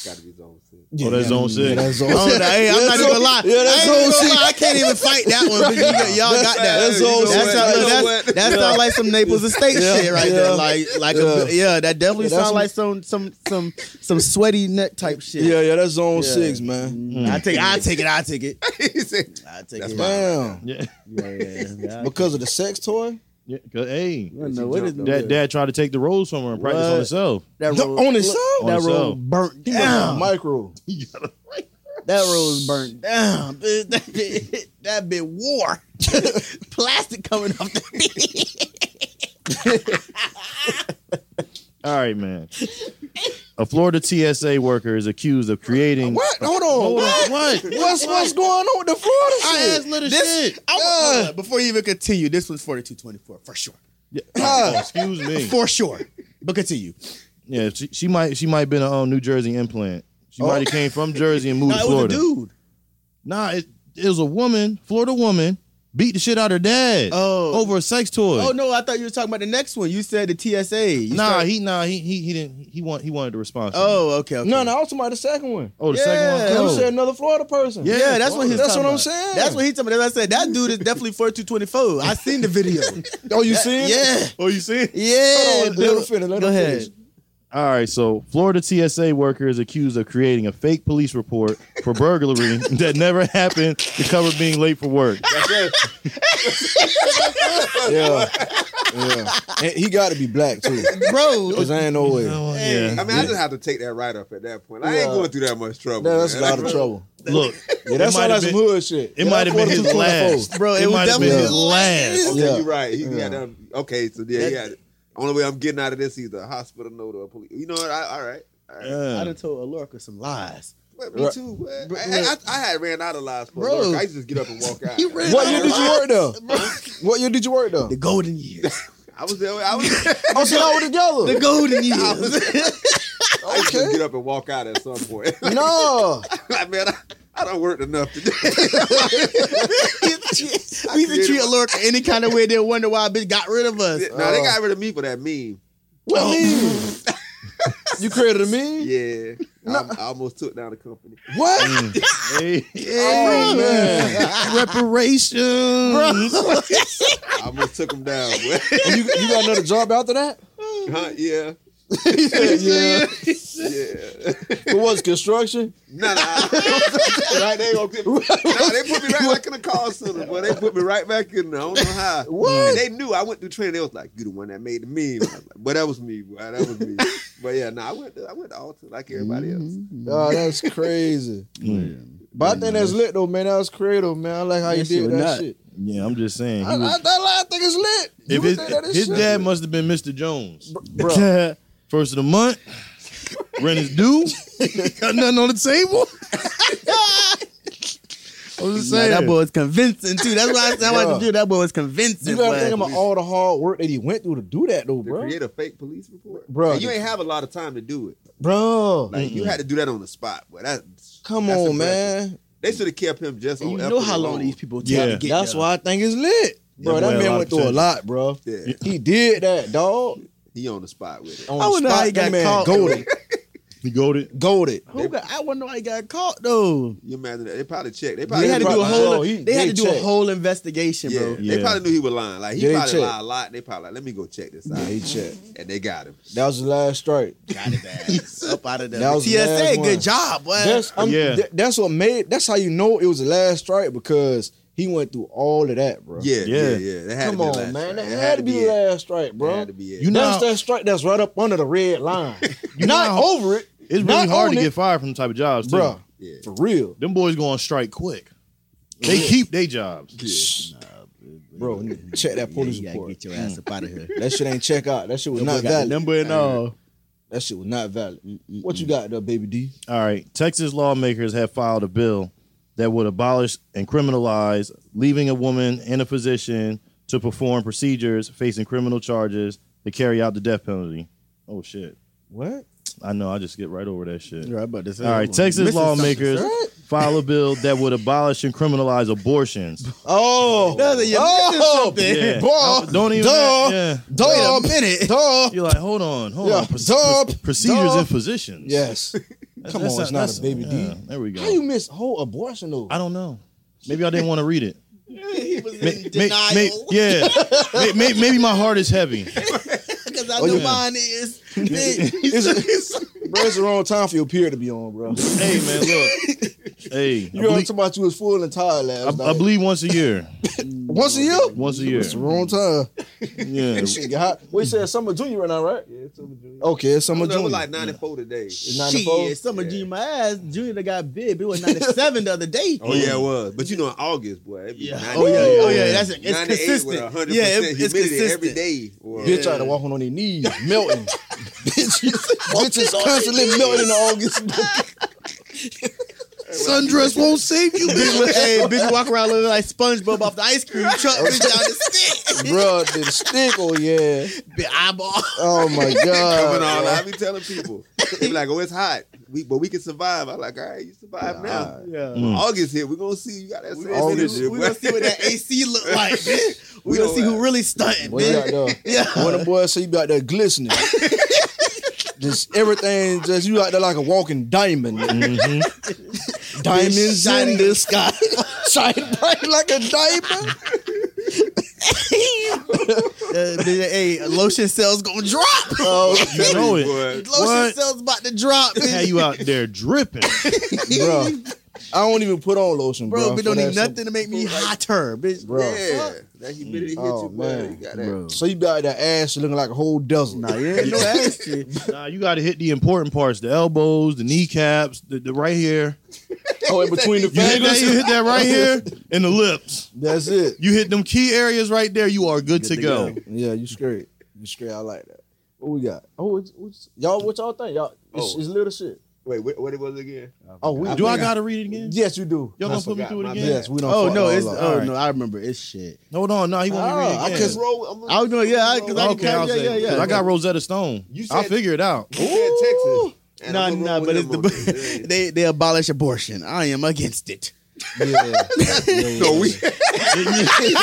Gotta be zone six. oh, that's zone Yeah, six. that's Zone I don't know. Six. Hey, I'm not even gonna lie. Yeah, that's I, ain't Zone even gonna Six. lie. I can't even fight that one. But you, y'all got that. That's You know Zone what? Six. That's, You know that's, what? that's not like some Naples Estate shit right Yeah. there. Like, like yeah, a, yeah that definitely Yeah, that's sounds like some some some some sweaty neck type shit. Mm-hmm. Yeah, yeah, that's Zone Six, man. I take, I take it, I take it, He said, I take That's it. mine. Damn, Yeah. Yeah, yeah, yeah. because of the sex toy. yeah. 'cause, Hey, I don't know what it- that dad tried to take the roles from her and practice on What? himself. that The- road- on itself? On That road itself. burnt He must have down. a micro. That road's burnt down. bitch. That bit, that bit war. Plastic coming off the All right, man. A Florida TSA worker is accused of creating. What? Hold on. Hold on. What? What's what's going on with the Florida I shit? asked little This, shit. I wa- hold on, before you even continue, this was 4224 for sure. Oh, excuse me. For sure. But continue. Yeah, she, she might she might been a um, New Jersey implant. She might have came from Jersey and moved No, to it was a Florida. dude. Nah, it, it was a woman, Florida woman, beat the shit out her dad Oh. over a sex toy. Oh no, I thought you were talking about the next one. You said the TSA. You nah, start- he nah he he he didn't he want he wanted the response. Oh, okay, okay. No, no, I was talking about the second one. oh the yeah. second You one. said another Florida person. Yeah, that's what he's That's talking what I'm about. saying. That's what he told me. That's what I said. That dude is definitely 4224. I seen the video. Oh, you see it? yeah. Oh, you see? Yeah. Hold on, let him dude. finish, let Go him ahead. finish. All right, so Florida TSA worker is accused of creating a fake police report for burglary that never happened to cover being late for work. Yeah. yeah. And he got to be black too, Bro, because I ain't no way. Nah, Yeah. I mean, I just have to take that right up at that point. I Yeah. ain't going through that much trouble. that's a man. lot of trouble. Look, Yeah, that's might have all that's been- some hood shit. it Yeah, might have been his 42, 24. last. Bro, it was might have been definitely his his last. Okay, Yeah. you're right. He Yeah. got that. Okay, so yeah, That- yeah. Only way I'm getting out of this is either a hospital note or a police. You know what? I, all right. All I right. Yeah. done told Alorca some lies. Well, me Right. too. Well, Bro, I, I, look. I had ran out of lies for Bro. work. I used to just get up and walk out. You ran What year did you work though? What year did you work though? The golden years. I was there. I was. Oh, so y'all were The together. golden years. I used to Okay. get up and walk out at some point. No. like, man, I, I don't work enough today. we used to treat Alorca any kind of way. They wonder why a bitch got rid of us. Oh. no, they got rid of me for that meme. What meme? You created a meme? Yeah, I, I almost took down the company. What? Hey. Oh man. Reparations. I almost took them down. boy. And you, you got another job after that? huh, yeah, yeah. yeah. It was construction. Nah, nah. right, they, gonna, nah, they put me right back in the call center, but they put me right back in there. I don't know how. What? And they knew I went through training. They was like, "You the one that made the meme," I was like, but that was me. Boy, that was me. But yeah, nah, I went. To, I went to Alton like everybody else. Mm-hmm. Oh, that's crazy. But I think that's lit though, man. That was creative, man. I like how you That shit did that was nuts. shit. Yeah, I'm just saying. I, I, He was, I, I think it's lit. if You would his, think that is his shit. dad must have been Mr. Jones. bro, First of the month, rent is due. Got nothing on the table. I was just Nah, saying. that boy was convincing too. That's why I said I wanted to do. That boy was convincing. you gotta boy. think about all the hard work that he went through to do that though, To bro. create a fake police report, Bruh. And you ain't have a lot of time to do it. Bro, Like you had to do that on the spot. But that come that's Oh, on, impressive. man. They should have kept him just And on. you effort know how long alone. these people take Yeah. to get That's there. why I think it's lit, bro. boy that had a man lot went of through a potential. lot, bro. Yeah. He did that, dog. He on the spot with it. On I the wonder spot, how he that got man caught. golden. You goaded. Goaded. Who got, I wonder why he got caught though. You imagine that? They probably checked. They They probably had to do a probably- whole. oh, he- they, had they to do a checked. whole investigation, Yeah, bro. Yeah. they probably knew he was lying. Like he They probably checked. lied a lot. They probably like, let me go check this out. Yeah, he checked. and they got him. That was the last strike. Got his ass up out of there. That was the last TSA, one. good job, boy. That's I'm, Yeah. th- that's what made. That's how you know it was the last strike because he went through all of that, bro. Yeah, yeah, Yeah. yeah. That had Come to be the on, last man. strike. That It had to be the it. last strike, bro. That had to be it. You know that's how- that strike that's right up under the red line. You Not know how- over it, It's really Not hard on to it. get fired from the type of jobs, too. bro. Yeah. For real, Them boys go on strike quick. They keep their jobs. Yeah. bro. Check that police yeah, you gotta report. Get your ass up out of here. That shit ain't check out. That shit was not Boy got the valid. number and all. That shit was not valid. Mm, What you got there, baby D? All right. Texas lawmakers have filed a bill that would abolish and criminalize leaving a woman in a position to perform procedures facing criminal charges to carry out the death penalty. Oh shit. What? I know, I just skipped right over that shit. Right, about to say, All right, Texas lawmakers What? file a bill that would abolish and criminalize abortions. Oh, That's a- you're missing oh, something. Yeah. boy, Don't even duh, yeah. duh, minute. duh. You're like, hold on, hold Yeah, on. Pro- dub, procedures dub. and physicians. Yes. That's- Come that's on, it's not that's- a baby D. yeah, There we go. How you miss whole abortion though? I don't know. Maybe I didn't want to read it. He was May- in may- denial may- yeah. May- may- maybe my heart is heavy. because I Oh, know yeah. mine is. It's, bro, it's the wrong time for your period to be on, bro. Hey man, look. Hey, I You heard bleed, somebody you was full and I, tired last I night. bleed once a year. Once a year? Once a year. It's the wrong time. Yeah. This shit get hot. What you said, Summer Junior right now, right? Yeah, it's over, Junior. Okay, it's I'm Summer gonna Junior. like 94 today. It's 94? Shit, summer Yeah. G my ass. Junior that got big. It was 97 the other day. Oh yeah, it was. But you know, in August, boy. it'd be Yeah. 98. Oh yeah. Oh yeah. Yeah. That's it. It's 98 consistent. With 100% Yeah, it- it's humidity consistent. every day. Or, Bitch tried to walk on their knees, melting. bitch, bitch is constantly melting in August. Sundress won't save you. Bitch, hey, bitch walk around looking like SpongeBob off the ice cream truck. Bitch down the stick. bro, the stick, oh yeah. Big eyeball. Oh my Coming all god. out. I be telling people. They be like, oh, it's hot. We, but we can survive. I'm like, all right, you survive now. Yeah. Mm. August here. We're going to see. You got that We same gonna, August, see, energy, we boy. gonna see what that AC look like. bitch. We We gonna know see that. who really stunting. Boy, you Bitch. out there. When the boy say you be out there glistening. just everything, just you out there like a walking diamond. Mm-hmm. Mhm. Diamonds shining in in the sky. Shine bright like a diamond. Uh, bitch, hey, lotion sales gonna drop. Oh, You know it. Boy. Lotion What? sales about to drop. How Bitch. you out there dripping? bro. I don't even put on lotion, Bro, bro. bitch for don't that need shit. nothing to make me hotter, bitch. Bro. Yeah, that humidity hit Oh, you, man. man. You got that. So you be out there ass looking like a whole dozen. Nah, yeah, no ass shit. Nah, you got to hit the important parts: the elbows, the kneecaps, the, the right here. Oh, in between the You hit that, you fingers. hit that right here, and the lips. That's it. You hit them key areas right there. You are good, to, to go. Yeah, you straight. You straight. I like that. What we got? Oh, it's, it's, y'all, what y'all think? Y'all, it's, Oh. it's little shit. Wait, what, what it was again? Oh, we Do I, forgot. got to read it again? Yes, you do. Y'all gonna I put me forgot, through it my again? Yeah. Yes, we don't. Oh fuck no, all it's up. oh Alright. no, I remember it's shit. Hold on, no, he won't Oh, read I it again. could Just roll. I'm I was doing yeah, I, cause I okay, I'll yeah, say, yeah, yeah, 'cause I got Rosetta Stone. You I'll said- figure it out. You said Texas. Nah, nah, but it's the they they abolish abortion. I am against it. Yeah. Yeah, yeah, So we yeah.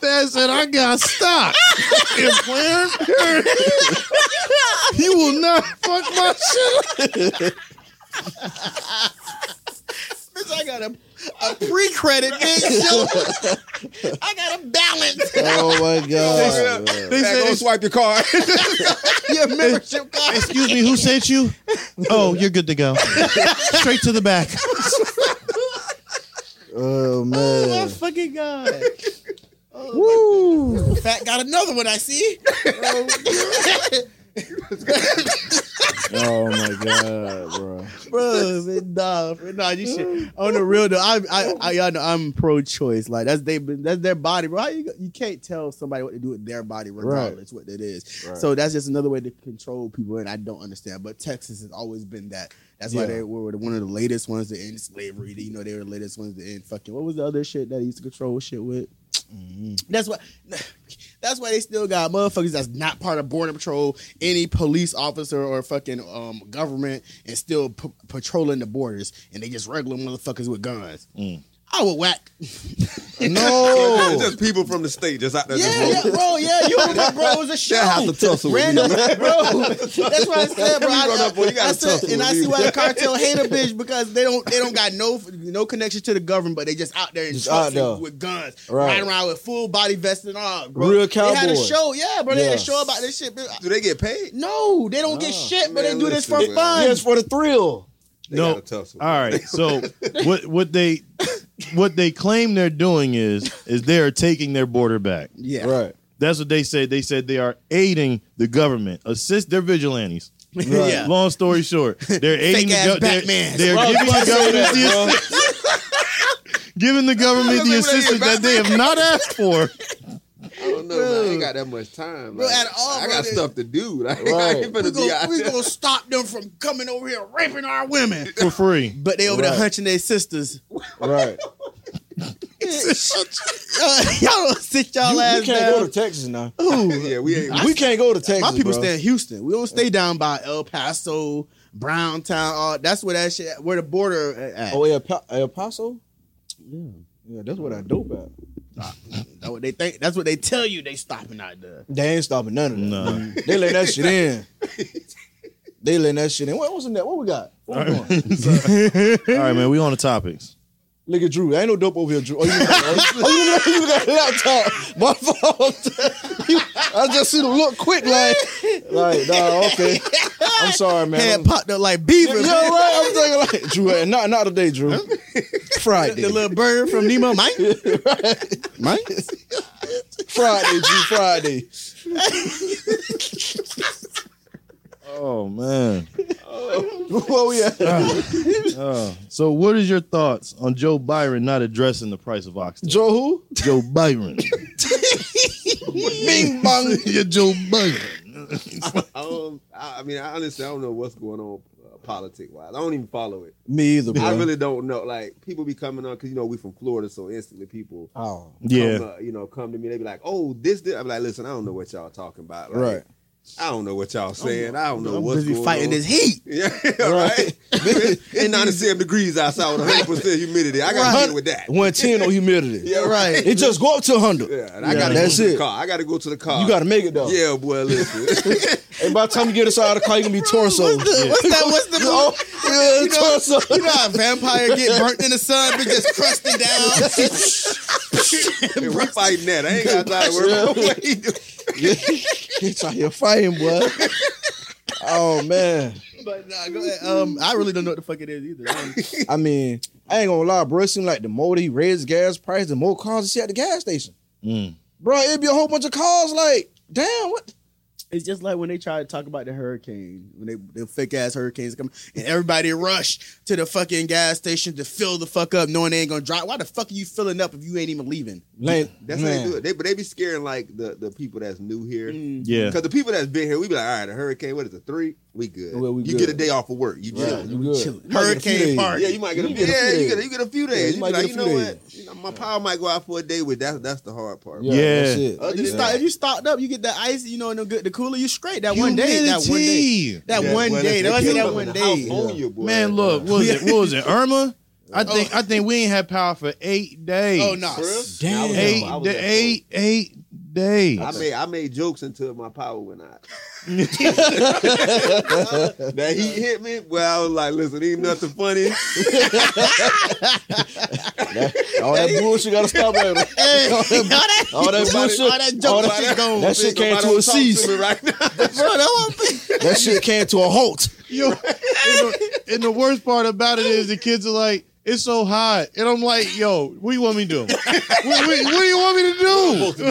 That's it. I got stock. And Planned Parenthood. you will not fuck my shit. up. Bitch, I got a a pre credit bitch. I got a balance. Oh my god. man. They said go it's- swipe your card. Your membership card. Excuse me, who sent you? Oh, you're good to go. Straight to the back. Oh Oh my man. fucking god. Woo. Fat got another one I see. Oh my god, bro. bro. man, Nah, man, nah, you should. On the real though, I, I, I, y'all know I'm pro-choice. Like that's they, that's their body, bro. How you, go- you can't tell somebody what to do with their body, regardless what it is. Right. So that's just another way to control people, and I don't understand. But Texas has always been that. That's why Yeah. they were one of the latest ones to end slavery. You know, they were the latest ones to end fucking. What was the other shit that they used to control shit with? That's why. That's why they still got motherfuckers that's not part of border patrol, any police officer or fucking um, government, and still p- patrolling the borders, and they just regular motherfuckers with guns. I would whack. No, just people from the state just out there. Oh. Yeah, just yeah, rolling. bro, yeah, you and that bro was a show. have to tussle with Random, you. bro. That's why I said, bro. You I, grown up boy, you gotta I said- tussle and with I see you. why the cartel hate a bitch because they don't they don't got no no connection to the government, but they just out there in Just trucks out there. and with guns, Right. riding around with full body vests and all. Bro. Real They had a cowboys. show, yeah, bro. They had Yeah. a show about this shit. bro. Do they get paid? No, they don't get shit, but Man, they do this for listen, fun. man. Yes, for the thrill. They No. gotta tussle. All right. So what what they what they claim they're doing is is they are taking their border back. Yeah, Right. That's what they said. They said they are aiding the government. Assist their vigilantes. yeah. Long story short, they're aiding the ass gov- they're- Batmans. They're, Bro, I was giving the government the assistance. Giving the government the Remember when they assistance that they Batman? have not asked for. I don't know. Man. I ain't got that much time. Bro, like, at all, I bro, got they- stuff to do. Like, I Right. ain't We finna be gonna, out we there. gonna stop them from coming over here raping our women. For free. But they over there Right. hunching their sisters. Right. Uh, y'all don't sit y'all You- we ass can't go down. to Texas now. Yeah, we ain't. we can't go to Texas. My people bro. stay in Houston. We don't stay down by El Paso, Browntown. All that's where that shit, where the border at. Oh, El, pa- El Paso? Yeah. Yeah, that's what I dope at. That's what they think. That's what they tell you. They stopping out there. They ain't stopping none of that. Nah. They let that shit in. They letting that shit in. What, what's in that? What we got? What we doing? All right, man. We on the topics. Look at Drew. There ain't no dope over here, Drew. Oh, you, oh, you, you got a laptop. My fault. You- I just see the look quick, like, like, nah, okay. I'm sorry, man. Head I'm- popped up like beaver. yeah, man. right. I'm thinking like Drew. eh, Not, not today, Drew. The Friday, little bird from Nemo, Mike. man. Friday, Drew. Friday. Oh man. Where we at? Oh. So what is your thoughts on Joe Byron not addressing the price of oxygen? Joe who? Joe Byron. Bing bong. yeah, Joe Byron. Um, I, I mean, I honestly, I don't know what's going on uh, politic wise. I don't even follow it. Me either, bro. I really don't know. Like people be coming on because you know we from Florida, so instantly people Oh, Yeah. come, uh, you know, come to me. They be like, "Oh, this." this. I'm like, "Listen, I don't know what y'all talking about. Like, Right. I don't know what y'all saying. I don't know I'm what's busy going fighting on. this heat. Yeah, right. it's 97 degrees outside with 100 percent humidity. I got to deal with that. one ten on humidity. Yeah, right. It just go up to hundred. Yeah, and I got to go that's to the it. car. I got to go to the car. You got to make it though. Yeah, boy. Listen, And by the time you get inside the car, you gonna be torso. What's, the, what's that? What's the? Oh, yeah, torso. You know how a vampire get burnt in the sun, but just crusted down. if we fighting that. I ain't got time to worry about what he do. It's out here fighting, boy. oh man. But nah, go ahead. Um, I really don't know what the fuck it is either. Um, I mean, I ain't gonna lie, bro. It seems like the more they raise gas price, the more cars you see at the gas station. Mm. Bro, it'd be a whole bunch of cars. Like, damn, what? It's just like when they try to talk about the hurricane, when they the fake ass hurricanes come and everybody rush to the fucking gas station to fill the fuck up, knowing they ain't gonna drop. Why the fuck are you filling up if you ain't even leaving? Like, That's how they do it. They, but they be scaring like the, the people that's new here. Yeah. Because the people that's been here, we be like, all right, a hurricane, what is it, three? We good. Well, we you good. get a day off of work. You chill. Right, you good. Chilling. Might get a Hurricane few days. party. Yeah, you might get a, You get a yeah, few you get days. you get a few you days. you might be like, get you a know few what? You know, my power might go out for a day, but that's that's the hard part. Yeah, Yeah. that's it. Other you than start, that- if you stop up, you get that ice, you know, and the, good- the cooler. You straight that one day, that one day, Humidity. that one day. That was that one day. Man, look, what was it? What was it? Irma? Oh. I think I think we ain't had power for eight days. Oh no, Damn. Eight, I was at da- home. eight, eight days. I made I made jokes until my power went out. that he hit me. Well, I was like, listen, ain't nothing funny. All that bullshit gotta stop. All Hey, all that, that, all that Nobody- bullshit. all that junk all shit gone. that shit came Nobody to a don't talk cease. me right now. bro, that one- That shit came to a halt. Yo, and, the, and the worst part about it is the kids are like, it's so hot. And I'm like, yo, what do you want me to do? what, what- what do you want me to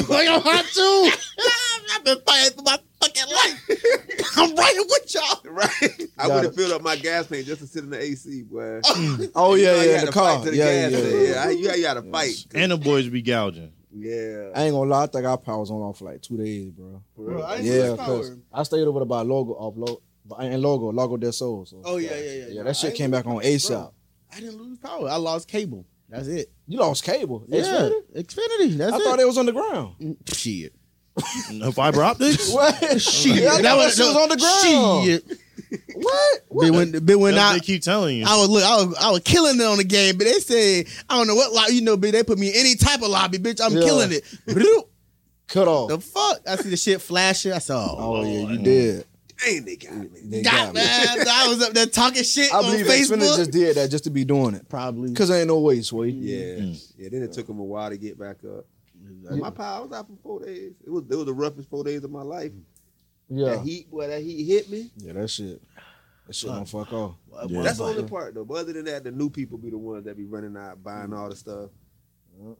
do? like, I'm hot too. I've been fighting for my fucking life. I'm riding with y'all. Right. I Got would have it. filled up my gas tank just to sit in the AC, boy. Oh You yeah, know, you yeah, had the to fight car. to the Yeah, yeah, gas yeah. tank. yeah. I- You, you had to fight. And the boys be gouging. Yeah. I ain't gonna lie, I think our power was on off for like two days, bro. For real. I Yeah, cause I stayed over there by Logo off Logo and Logo, Logo Del Sol. So. Oh yeah, yeah, yeah. yeah, No, I that shit ain't- came back on ASAP. I didn't lose power. I lost cable. That's it. You lost cable. Yeah, Xfinity? Xfinity. That's I it. thought it was on the ground. shit. No fiber optics? What? Shit. I thought that shit was on the ground. Shit. What? But when, but That's what when I, they keep telling you. I was look, I was, I was killing it on the game, but they said I don't know what lobby, you know, but they put me in any type of lobby, bitch. I'm Yeah. killing it. Bloop. Cut off. the fuck? I see the shit flashing. I saw. Oh yeah, you did. Dang, they got me. They God, got me. man, I was up there talking shit I on believe they finna Facebook. just did that just to be doing it. Probably. Cause there ain't no way, Sway. Mm-hmm. Yeah, yeah. Then it took them a while to get back up. My power I was out for four days. It was it was the roughest four days of my life. Yeah. That heat, boy, that heat hit me. Yeah, that shit. That shit don't fuck off. Yeah. That's the only part though. But other than that, the new people be the ones that be running out buying all the stuff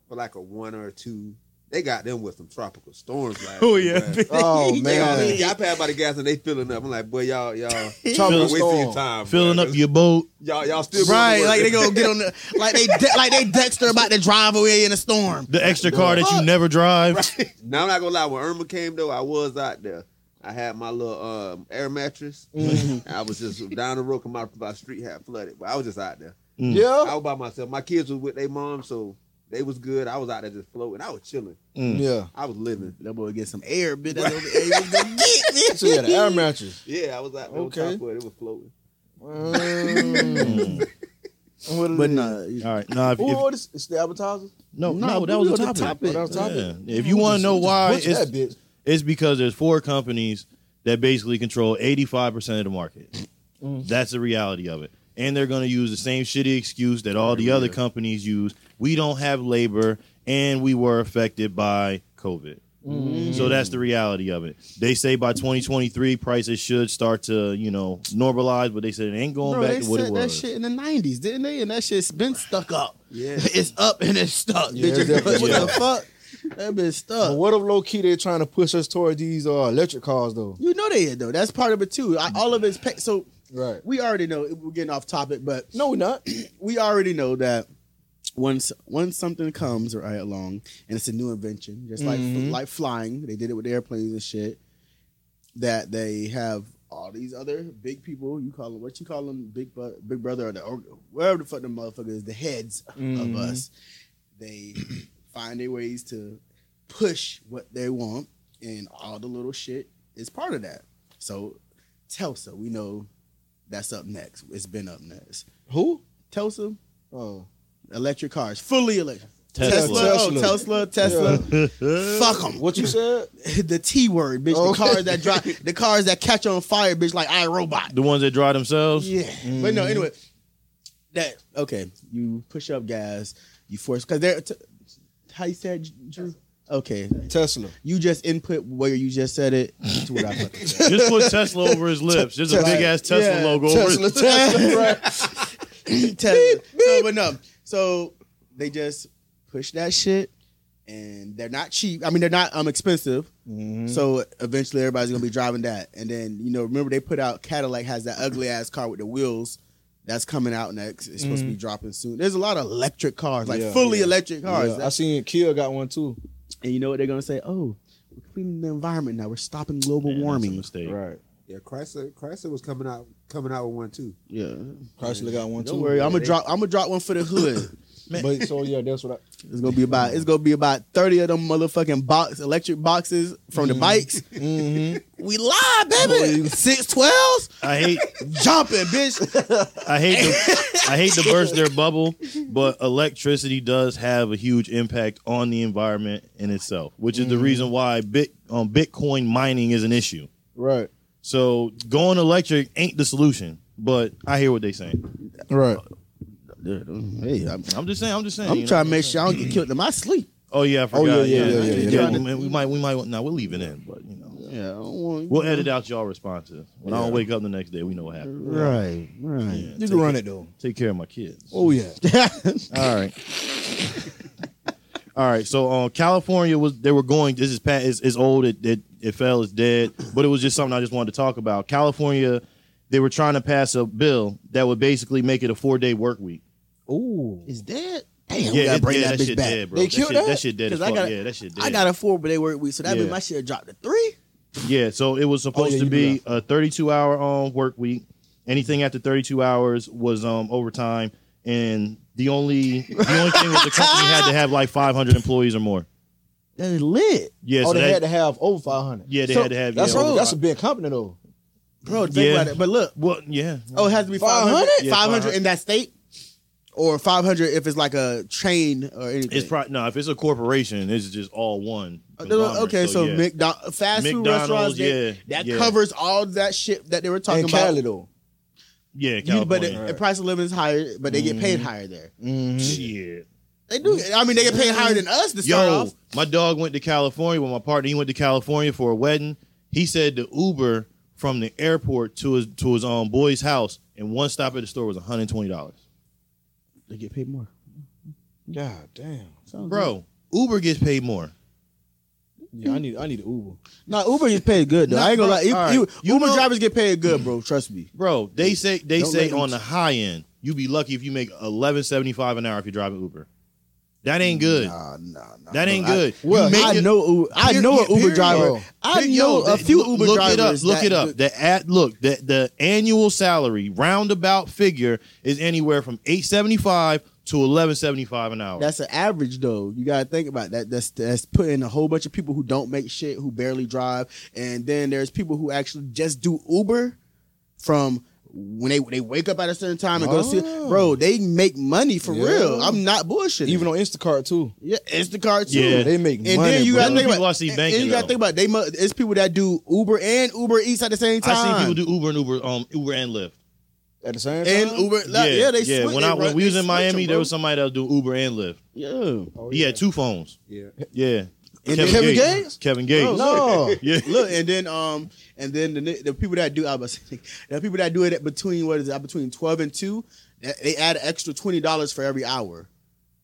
for like a one or two. They got them with some tropical storms. Last Oh year, yeah. bruh. Oh They all- man. I passed by the gas and they filling up. I'm like, boy, y'all, y'all, Tropical y'all wasting your storm. time. filling bruh. up your boat. y'all, y'all still Right, going to like they work. gonna get on the like they de- like they Dexter about to drive away in a storm. The extra car that you never drive. Now I'm not gonna lie. When Irma came though, I was out there. I had my little um, air mattress. I was just down the road, come out my street had flooded, but I was just out there. I Yeah. was by myself. My kids was with their mom, so they was good. I was out there just floating. I was chilling. Mm. Yeah. I was living. That boy get some air, bitch. That's what the air was gonna get, bitch. So yeah, the air mattress. Yeah, I was out there. Okay. Okay. It. it was floating. Mm. What it But is? nah, you- All right, nah, if, Ooh, if, what is- it's the appetizers. no, Nah, no, but that we was on the the topic. topic. That was the topic. Yeah. If you want to know why, What's it's that bitch? It's because there's four companies that basically control 85% of the market. Mm-hmm. That's the reality of it. And they're going to use the same shitty excuse that all the other companies use. We don't have labor and we were affected by COVID. Mm-hmm. So that's the reality of it. They say by 2023 prices should start to, you know, normalize, but they said it ain't going Bro, back they to what said it that was. shit in the nineties, didn't they? And that shit's been stuck up. Yeah. it's up and it's stuck. Yeah, bitch, it's definitely what the stuck. fuck? That been But stuck. what if low key they're trying to push us toward these uh, electric cars though? You know they is, though. That's part of it too. I, all of it's pay- so Right. we already know we're getting off topic, but No, we're not. we already know that once once something comes right along and it's a new invention, just like Mhm. like flying, they did it with airplanes and shit. That they have all these other big people. You call them what you call them, big bu- big brother or the or wherever the fuck the motherfucker is, the heads Mhm. of us. They find their ways to push what they want, and all the little shit is part of that. So Telsa, we know that's up next. It's been up next. Who? Telsa, Oh, electric cars, fully electric. Tesla. Tesla, oh, Tesla, Tesla. Fuck 'em. what you said? The T word, bitch. Oh. The cars that drive, the cars that catch on fire, bitch. Like iRobot. The ones that dry themselves? Yeah. But no, anyway. That okay? You push up gas. You force because they're t- how you said Drew. Okay, Tesla. you just input where you just said it to what I fucking said. Just put Tesla over his lips. There's a Tesla. big ass Tesla Yeah, logo over Tesla. his Tesla. Right. Tesla. No, but no. So they just push that shit, and they're not cheap. I mean, they're not um expensive. Mm-hmm. So eventually, everybody's gonna be driving that. And then you know, remember they put out Cadillac has that ugly ass car with the wheels. That's coming out next. It's supposed to be dropping soon. There's a lot of electric cars, like Yeah, fully yeah. electric cars. Yeah, I seen Kia got one too. and you know what they're gonna say? Oh, we're cleaning the environment now. We're stopping global Yeah, that's a warming. mistake. Right. Yeah, Chrysler, Chrysler was coming out, coming out with one too. Yeah. Chrysler got one too. Don't worry. I'm gonna they- drop. I'm gonna drop one for the hood. But so yeah, that's what I. It's gonna be about it's gonna be about thirty of them motherfucking box electric boxes from the bikes. We live, baby. Six twelves, I hate jumping, bitch. I hate to, I hate to burst their bubble, but electricity does have a huge impact on the environment in itself, which is the reason why bit um, Bitcoin mining is an issue. Right. So going electric ain't the solution. But I hear what they saying. Right. hey, I'm, I'm just saying. I'm just saying. I'm you know? trying to make sure I don't get killed in my sleep. Oh yeah, I forgot. Oh, yeah, yeah, yeah, yeah, yeah. we might- We might. We might. Now we'll leave it in, but you know, Yeah, I don't want. we'll edit out y'all responses. When I don't wake up the next day, we know what happened. Right, right. Yeah, You take, can run it though. take care of my kids. Oh yeah. All right. All right. So um, California was they were going. This is Pat. It's, it's old. It, it it fell. It's dead. But it was just something I just wanted to talk about. California, they were trying to pass a bill that would basically make it a four day work week. Ooh. Is that? Damn, we gotta it's bring dead. that bitch shit back. dead, bro. They that, killed shit, that? that shit dead as 'Cause I fuck. got- yeah, that shit dead. I got a four, but they work week, so that means Yeah. my shit dropped to three. Yeah, so it was supposed yeah, to you be a 32 hour um, work week. Anything after 32 hours was um, overtime, and the only the only thing was the company had to have like 500 employees or more. That is lit. Yeah, oh, so they that, had to have over 500. Yeah, they So, had to have. That's yeah, a, over that's a big company though. Bro, think Yeah. about it. But look, Well, yeah. oh, it has to be 500? 500? 500, Yeah, 500. in that state? Or 500 if it's like a chain or anything? It's probably no. If it's a corporation, it's just all one. Uh, no, no, conglomerate, Okay, so, yeah. McDonald's, fast food McDonald's, restaurants, they- yeah, that yeah. covers all that shit that they were talking in about. Cali though. yeah, You- uh, but California. the the price of living is higher, but they get paid higher there. Shit. They do. I mean, they get paid higher than us to start Yo, off. my dog went to California with my partner. He went to California for a wedding. He said the Uber from the airport to his to his um boy's house and one stop at the store was one hundred twenty dollars. They get paid more. God damn. Bro, Uber gets paid more. Yeah, I need I need an Uber. No, Uber is paid good though. No, I ain't gonna bro, lie. E- You- all right. you- You Uber know- drivers get paid good, bro. Trust me. Bro, they say they Don't say let them- on the high end, you be lucky if you make eleven seventy five an hour if you drive an Uber. That ain't good. Nah, nah, nah. that ain't good. You Well, make I your- know Uber. I Here- know an here- Uber here- driver. yo. I Here- know yo, a the- few Uber look drivers. It up, look that- it up. The at look the the annual salary roundabout figure is anywhere from eight seventy five to eleven seventy five an hour. That's an average though. You gotta think about that. That's that's putting a whole bunch of people who don't make shit, who barely drive, and then there's people who actually just do Uber from when they they wake up at a certain time and go to see. Oh. Bro, they make money for Yeah. real. I'm not bullshitting. Even on Instacart too. yeah, Instacart too. Yeah. They make And money. then you bro. gotta Those think people about I see and- banking, and you gotta though. think about they mu- it's people that do Uber and Uber Eats at the same time. I see people do Uber and Uber um Uber and Lyft. at the same time. and Uber, like, yeah, they yeah. switch- when they I when run- we they was in switch Miami, 'em, there bro. was somebody that would do Uber and Lyft. yeah. Oh, He had two phones. Yeah. Yeah, And Kevin Gates? Kevin Gates. Bro, no. Yeah. Look, and then um, and then the the people that do I was the people that do it at between what is it between twelve and two, that- they add an extra twenty dollars for every hour.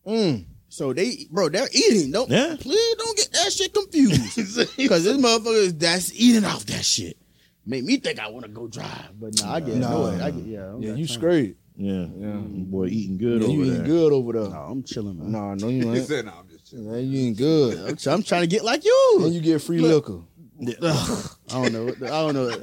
Mm. So they, bro, they're eating. Don't Yeah. please don't get that shit confused because this motherfucker is that's eating off that shit. Make me think I want to go drive, but nah, I get Nah. no. way. I get yeah. I don't Yeah, got you time. straight. Yeah. Yeah. Boy, eating good Yeah, over you there. ain't good over there. No, I'm chilling, man. Nah, no, you He ain't. said, "Nah, I'm just chilling." Nah, you ain't good. I'm, I'm trying to get like And you. you get free liquor. I don't know. what the- I don't know.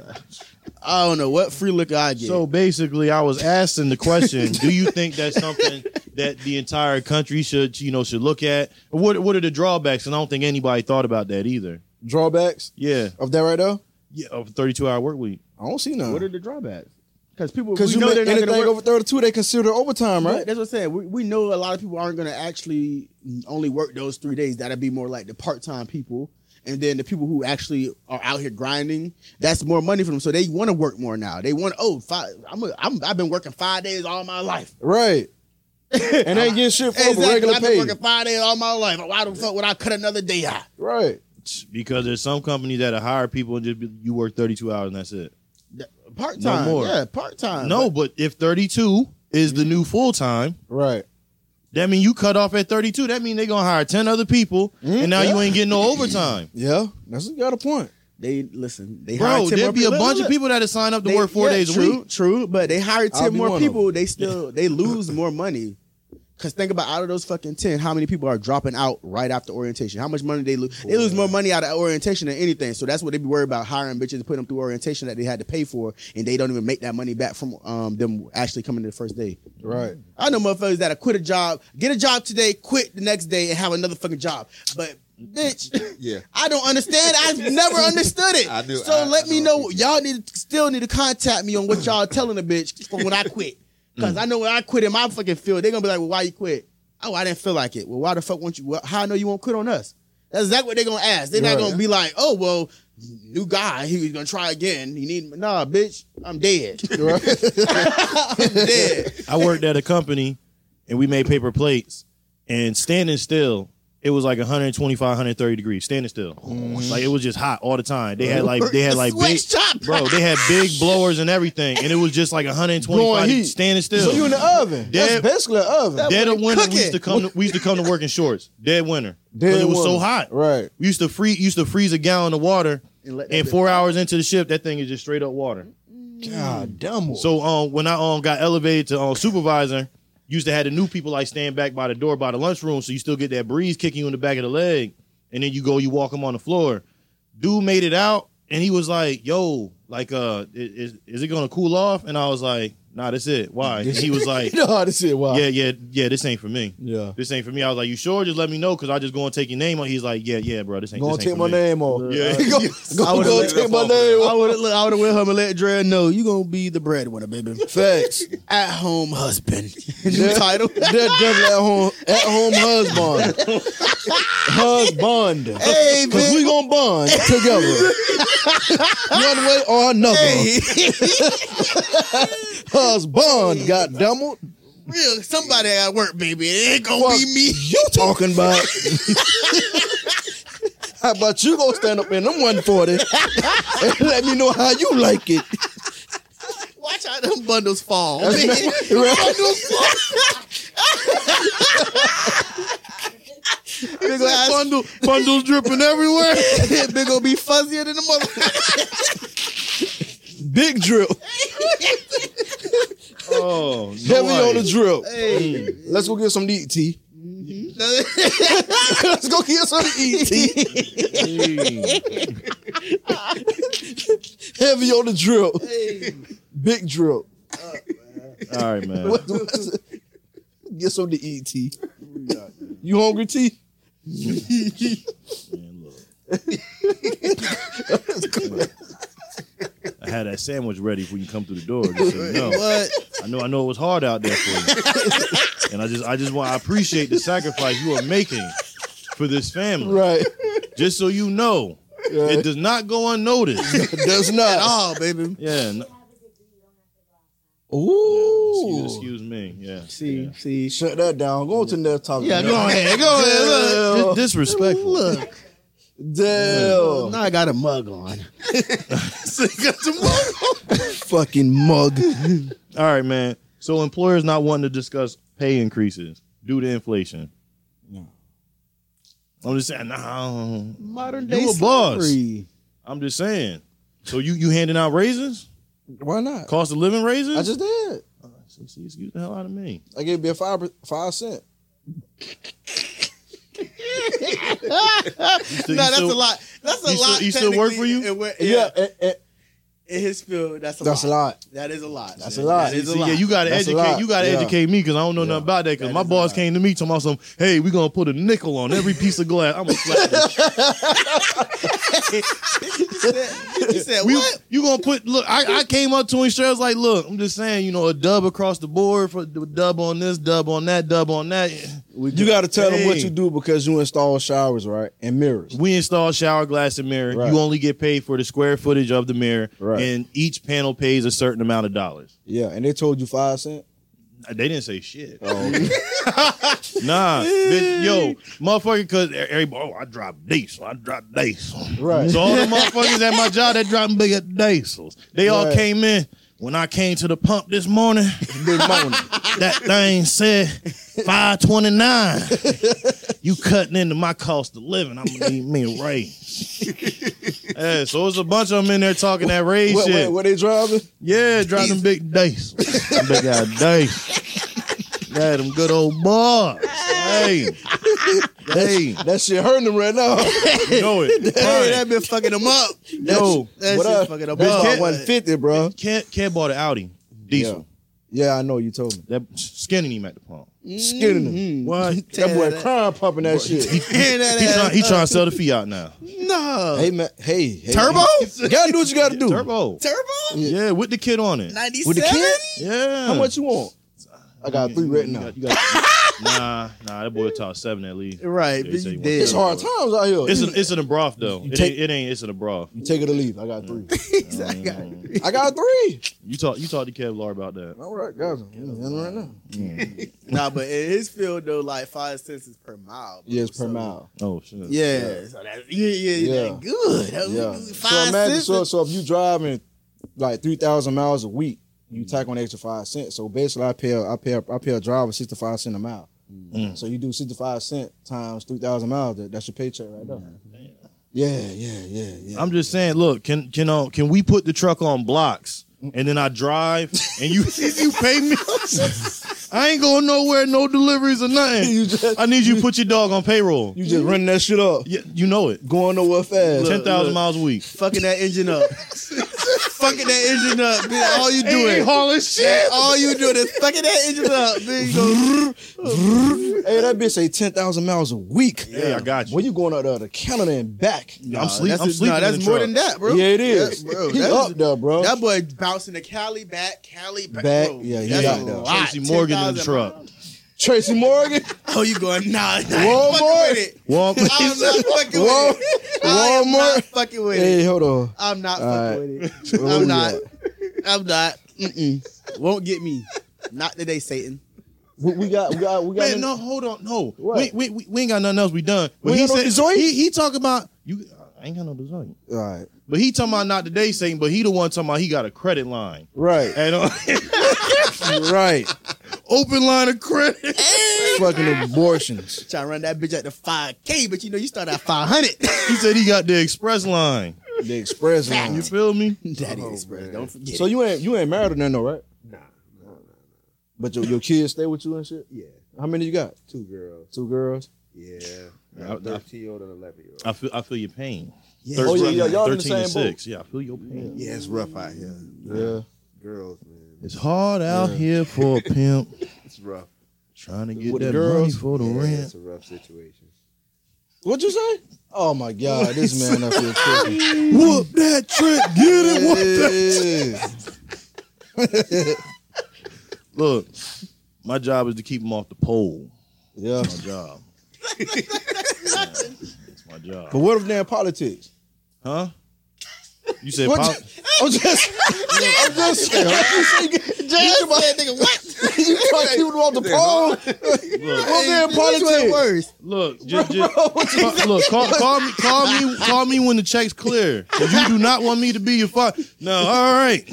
I don't know what free liquor I get. So basically, I was asking the question: Do you think that's something that the entire country should, you know, should look at? What What are the drawbacks? And I don't think anybody thought about that either. Drawbacks Yeah, of that right there? yeah, of thirty-two hour work week. I don't see none. What are the drawbacks? Because people, Because we you know make they're not anything going to over 32, they consider overtime, right? That's what I'm saying. We, we know a lot of people aren't going to actually only work those three days. That'd be more like the part time people. And then the people who actually are out here grinding, that's more money for them. So they want to work more now. They want, oh, five, I'm a, I'm, I've been working five days all my life. Right. and they get shit for it, but regular I've been pay. working five days all my life. Why the fuck would I cut another day out? Right. Because there's some companies that hire people and just be, you work thirty-two hours and that's it. Part time. more. Yeah, part time. No, but if thirty-two is the new full time, Right. that mean you cut off at thirty-two. That mean they gonna hire ten other people, Mm, and now you ain't getting no overtime. Yeah. That's you got a point. They, listen, they Bro, hired 10 there more be a people. bunch of Look, people that sign up to They- work four yeah, days true, a week. True, but they hired I'll ten be one more of people. They still they lose more money. Cause think about out of those fucking ten, how many people are dropping out right after orientation? How much money they lose? They lose more money out of orientation than anything. So that's what they be worried about hiring bitches and putting them through orientation that they had to pay for, and they don't even make that money back from um, them actually coming to the first day. Right. I know motherfuckers that quit a job, get a job today, quit the next day, and have another fucking job. But bitch, Yeah. I don't understand. I've never understood it. I do. So I- let I me know know. what you Y'all need to, still need to contact me on what y'all telling the bitch from when I quit. Mm. Cause I know when I quit in my fucking field, they're gonna be like, "Well, why you quit? Oh, I didn't feel like it. Well, why the fuck won't you? Well, how I know you won't quit on us? That's exactly what they're gonna ask. They're not Right. gonna be like, "Oh, well, new guy, he was gonna try again. You need nah, bitch. I'm dead. I'm dead. I worked at a company and we made paper plates and standing still, it was like 125, 130 degrees, standing still. Mm-hmm. Like it was just hot all the time. They had like they had like big Switch top. bro, they had big blowers and everything, and it was just like 125 Blowing heat. standing still. So you in the oven. Dead- That's basically an oven. Dead of winter, we cooking. used to come. To, we used to come to work in shorts. Dead winter, Dead because it was so woman. hot. Right. We used to free, used to freeze a gallon of water, And let that and bitch- four hours into the shift, that thing is just straight up water. God damn. it. So um, when I um got elevated to um supervisor, used to have the new people like stand back by the door by the lunchroom, so you still get that breeze kicking you in the back of the leg, and then you go you walk him on the floor. Dude made it out, and he was like, "Yo, like uh, i- is, is it gonna cool off?" And I was like, nah, that's it. Why? And he was like, no, that's it. Wow. yeah, yeah, yeah, this ain't for me. Yeah. This ain't for me. I was like, you sure? Just let me know because I just going to take your name off. He's like, yeah, yeah, bro, this ain't, Gonna this take ain't my for me. name off. Yeah. Go, go, would've go let take us my off name I off. would have I would have went home and let Dre know you gonna be the breadwinner, baby. Facts. At home husband. Yeah. title. They're definitely at home, at home husband. husband. Hey, Because we going to bond together. One way or another. husband got dumbled. Real somebody at work, baby. It ain't gonna Fuck be me. you talking about. how about you going to stand up in them 140 and let me know how you like it. Watch how them bundles fall. Right? Big ass Bundle, bundles dripping everywhere. big gonna be fuzzier than the mother. Big drip. Oh, no Heavy on the ice. drip. Let's go get some to eat, T. Let's go get some to eat, T. Mm. Heavy on the drip. Big drip. All right, man. What- what's- Get some to eat, T. You hungry, T? Man, look. I had that sandwich ready for you come through the door. Just so you know. What? I know I know it was hard out there for you. And I just I just want I appreciate the sacrifice you are making for this family. Right. Just so you know, it does not go unnoticed. Does not. Oh, baby. yeah. n- Ooh. Excuse, excuse me. Yeah. See, yeah. see. Shut that down. Go to the next topic. Yeah, go ahead. Go ahead. Look. Dis- disrespectful. Look, Damn. now I got a mug on. Fucking mug. All right, man. So employers not wanting to discuss pay increases due to inflation. I'm just saying, nah, Modern You day a boss. slavery. I'm just saying. So you you handing out raises, Why not? cost of living raises? I just did. See, excuse the hell out of me. I gave me a five per- five cent. You still- no, you that's still- a lot. That's a you still- lot. you still work technically, for you? in what- Yeah, yeah, eh, eh, in his field, that's a that's a lot. lot. That is a lot. That's a lot. That is a See, lot. yeah, you gotta That's a educate. lot. You gotta Yeah. educate me because I don't know nothing about that. Because That my is a boss lot. came to me talking about some. Hey, we gonna put a nickel on every piece of glass. I'm gonna slap the you said We, what? you gonna put look? I, I came up to him straight. I was like, look, I'm just saying, you know, a dub across the board for the dub on this, dub on that, dub on that. You got to tell them what Hey. you do because you install showers, right? And mirrors. We install shower glass and mirror. Right. You only get paid for the square footage of the mirror, Right. and each panel pays a certain amount of dollars. Yeah, and they told you five cent. They didn't say shit. Oh. nah, bitch, yo, motherfucker, because everybody, oh, I drop diesel, I drop diesel. Right. So all the motherfuckers at my job that dropping big diesels, they all Right. came in. When I came to the pump this morning, Big money. that thing said 529. you cutting into my cost of living. I'm gonna need me a raise. yeah, so it's a bunch of them in there talking that raise what, shit. what, what they driving? Yeah, drop them big dice. Them big ass dice. Yeah, them good old boys. Hey. Hey, That shit hurting them right now. you know it. Hey, Fine. that been fucking him up. That Yo, sh- that what shit up? fucking him Bitch, can't- up. that wasn't fifty, bro. Cat Cat bought an Audi diesel. Yeah, I know. You told me. That skinning him at the pump. Skinning them. What? He, That Yeah, boy that- crying, pumping that shit. Tear that ass trying, he trying to sell the Fiat now. No. Hey man, hey, hey Turbo? You gotta do what you gotta do. Turbo. Turbo? Yeah, with the kid on it. 97? With the kid? Yeah. How much you want? I got three right You now. got- you got- nah, nah, that boy taught seven at least. Right, Yeah, but so you you dead. It's hard times out here. It's an, it's in a broth though. It take- ain't, it ain't. It's in a broth. you take it or leave. I got three. I got Mm-hmm. it. I got three. You talk you talked to Kevlar about that. All right, guys. Right now. nah, but in his field though, like five cents is per mile. bro, Yes, per so- mile. Oh shit. Yeah, so that, yeah, yeah, Yeah. that good. That was Yeah. good. Five So imagine, cents. so, so if you driving like three thousand miles a week, you tack on an extra five cents. So basically, I pay a, I pay a, I pay a driver sixty five cent a mile. Mm. So you do sixty five cent times three thousand miles. That, that's your paycheck right there. Yeah, yeah, yeah, yeah. I'm just saying. Look, can can uh, can we put the truck on blocks and then I drive and you you pay me? I ain't going nowhere. No deliveries or nothing. you just I need you to put your dog on payroll. you just running that shit up, yeah, you know it. going nowhere fast. Ten thousand look. miles a week. fucking that engine up. fucking that engine up, bitch. All you Ain't doing, hauling shit. all you doing is fucking that engine up, bitch. You go, Hey, that bitch say ten thousand miles a week. Yeah, I got you. When you going out there to Canada and back? I'm, sleep, That's, I'm it- nah, sleeping. in that's the more truck. than that, bro. Yeah, it is. That, bro, he that up is- there, bro. That boy bouncing to Cali back, Cali back. Back, bro. yeah, he That's got a that. lot. Tracy Morgan in the 10,000 truck. Tracy Morgan. Oh, you going? Nah, I ain't One fucking more. with it. Walmart. I'm not fucking One- with it. I am one more. not fucking with hey, it. hold on. I'm not All right. fucking with it. Where we I'm not. at? I'm not. Mm-mm. Won't get me. Not today, Satan. We, we got, we got, we got. Man, no, hold on, no. What? We, we, we, we ain't got nothing else. We done. But We he ain't got no said Detroit? he, he talk about you. I ain't got no design. All right, But he talking about not today, Satan. But he the one talking about he got a credit line right, and uh, right. open line of credit. Fucking abortions. Try to run that bitch at the 5K, but you know you start at 500. He said he got the express line. The express You line. feel me? Daddy Express. Don't forget. So it. you ain't, you ain't married or nothing, though, right? Nah, nah, nah. But your, your kids stay with you and shit. Yeah, How many you got? two girls. Two girls. Yeah, Yeah, I- I- thirteen year old and eleven year old. I feel I feel your pain. Yeah. Thirteen, Oh, yeah, yeah, y'all in the 13 and same boat. six. Yeah, I feel your pain. Yeah, it's rough out here. Yeah. girls, man, It's hard out here for a pimp it's rough. trying to get With that girls? money for the Yeah, rent. it's a rough situation. What'd you say? Oh my God, this man up here. tripping. Whoop that trick, get it? Whoop that. Yeah. Look, my job is to keep them off the pole. Yeah. It's my job. It's my But job. what if they're in politics? Huh? You said What pop- I'm just, I'm just saying. I'm just saying. Just that nigga, what? You try to keep them off the pole. look, Well, they're in Hey, which one politics. worse? look, just, just ca- look. Call, call me, call me, call me when the check's clear. 'cause you do not want me to be your father. No, all right.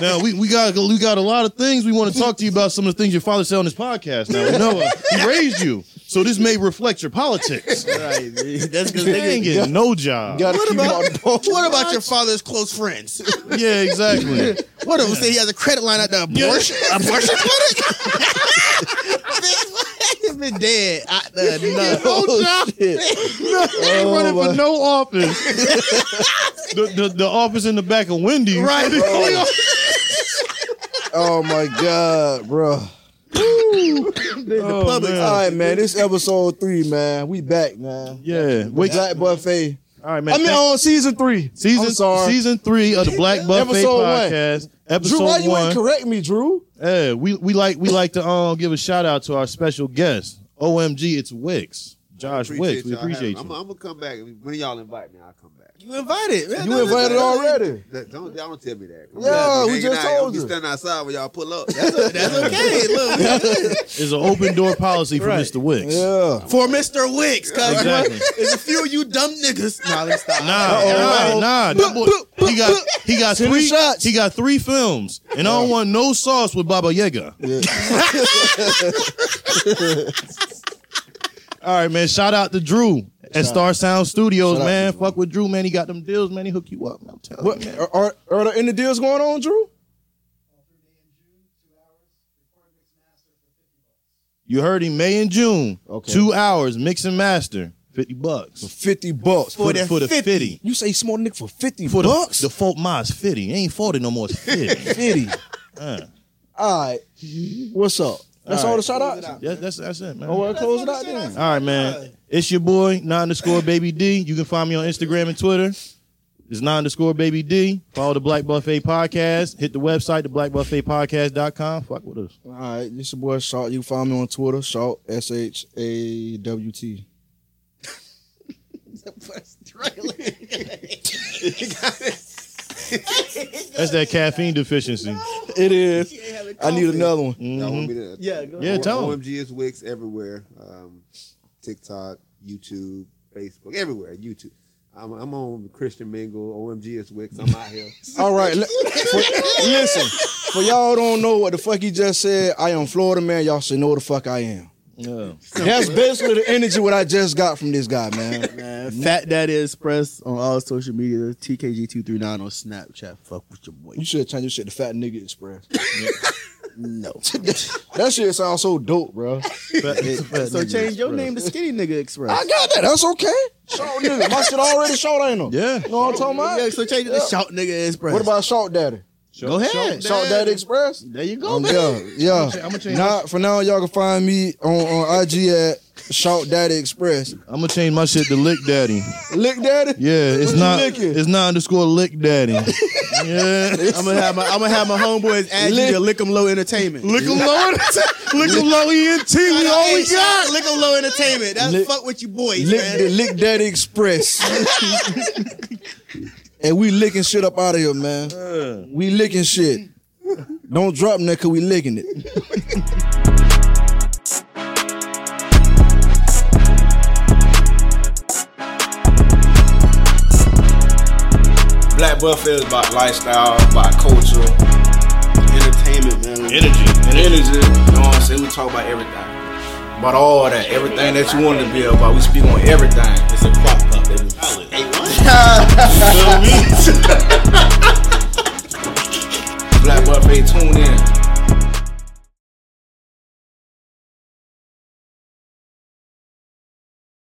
Now we, we got we got a lot of things we want to talk to you about. Some of the things your father said on this podcast. Now, Noah, he raised you, so this may reflect your politics. Right, dude. That's because They ain't nigga. getting no job. Gotta keep 'em off the pole. What about your father's close friends? Yeah, exactly. What if we say he has a credit line at the abortion abortion clinic? Bitch, what? He been dead. I, uh, no. Oh, shit. Ain't running for no office. Oh, the, the the office in the back of Wendy's. Right. Oh my God, bro. Oh, public. man. All right, man. This episode three, man. We back, man. Yeah. Wait. Black Buffet. All right, man. I mean, Thank- on season three. season I'm sorry. season three of the Black Buffet Episode one. podcast. Drew, why Episode you one. ain't correct me, Drew? Yeah, we we like we like to um give a shout out to our special guest. OMG, it's Wicks. Josh Wicks. We y'all appreciate having- I'm, you. I'm gonna come back. When y'all invite me, I'll come back. You invited. Man, You invited already. That- Don't don't tell me that. Come Yeah, back. we Hanging just out. told Don't you. Be standing outside when y'all pull up. That's That's okay. Look, It's an open door policy for Mr. Wicks. Yeah. for Mr. Wicks, cause Exactly. there's a few of you dumb niggas. Nah, let me stop. Nah, nah, nah. That boy- he got he got Ten three shots. He got three films, and I don't want no sauce with Baba Yaga. All right, man. Shout out to Drew at Star Sound Studios, Shout out man. Fuck with Drew, man. He got them deals, man. He hook you up. man. I'm telling What you. man. are, are, are there any deals going on, Drew? You heard him, May and June. Okay. Two hours, mix and master, fifty bucks Fifty bucks. For that for the 50. fifty. You say small nigga for fifty For the, bucks? the Fort Myers fifty. It ain't forty no more. It's fifty. fifty. Uh, All right. What's up? That's all, the shout outs. yeah, that's that's it, man. Oh, well, close it out then. All right, man. It's your boy, nine underscore baby D. You can find me on Instagram and Twitter. It's nine underscore baby D. Follow the Black Buffet Podcast. Hit the website, theblackbuffetpodcast.com. Fuck with us. All right, this your boy Shaw. You can find me on Twitter, Shaw S H A W T. That's that caffeine deficiency. Mm-hmm. It is. I need another one. y'all want Mhm. me to? Yeah, go Yeah, tell 'em. OMG is Wix everywhere. Um, TikTok, YouTube, Facebook, everywhere. YouTube. I'm, I'm on Christian Mingle. OMG is Wix. I'm out here. All right, li- for- listen. For y'all don't know what the fuck he just said, I am Florida man. Y'all should know what the fuck I am. Yeah. That's basically the energy what I just got from this guy, man. Man, Fat Daddy Express on all social media. TKG two three nine on Snapchat. Fuck with your boy. You should change your shit to Fat Nigga Express. No. that shit sounds so dope, bro. so change your name to Skinny Nigga I Express. got that. That's okay. Short nigga. My shit already short, ain't it? Yeah. You know what I'm talking about? Yeah, so change it to Yeah. Shout Nigga Express. What about Short Daddy? Go ahead. Short Daddy Express? There you go, Um, man. yeah, yeah. I'm gonna change Nah, for now, y'all can find me on, on IG at Shout Daddy Express. I'm gonna change my shit to Lick Daddy. Lick Daddy? Yeah, it's What you not. licking? It's not underscore Lick Daddy. yeah, I'm gonna have my I'm gonna have my homeboys add you to Lick 'em Low Entertainment. Lick 'em low, Lick 'em low, ENT. We all we got. Lick 'em Low Entertainment. That's Lick- fuck with you boys, Lick, man. the Lick Daddy Express. and we licking shit up out of here, man. Uh. We licking shit. Don't drop that cause we licking it. Black Buffet is about lifestyle, about culture, Entertainment, man. and energy. You know what I'm saying? We talk about everything. About all that, everything that you want to be about. We speak on everything. It's a crop top, baby. Solid. Hey, Black Buffet, tune in.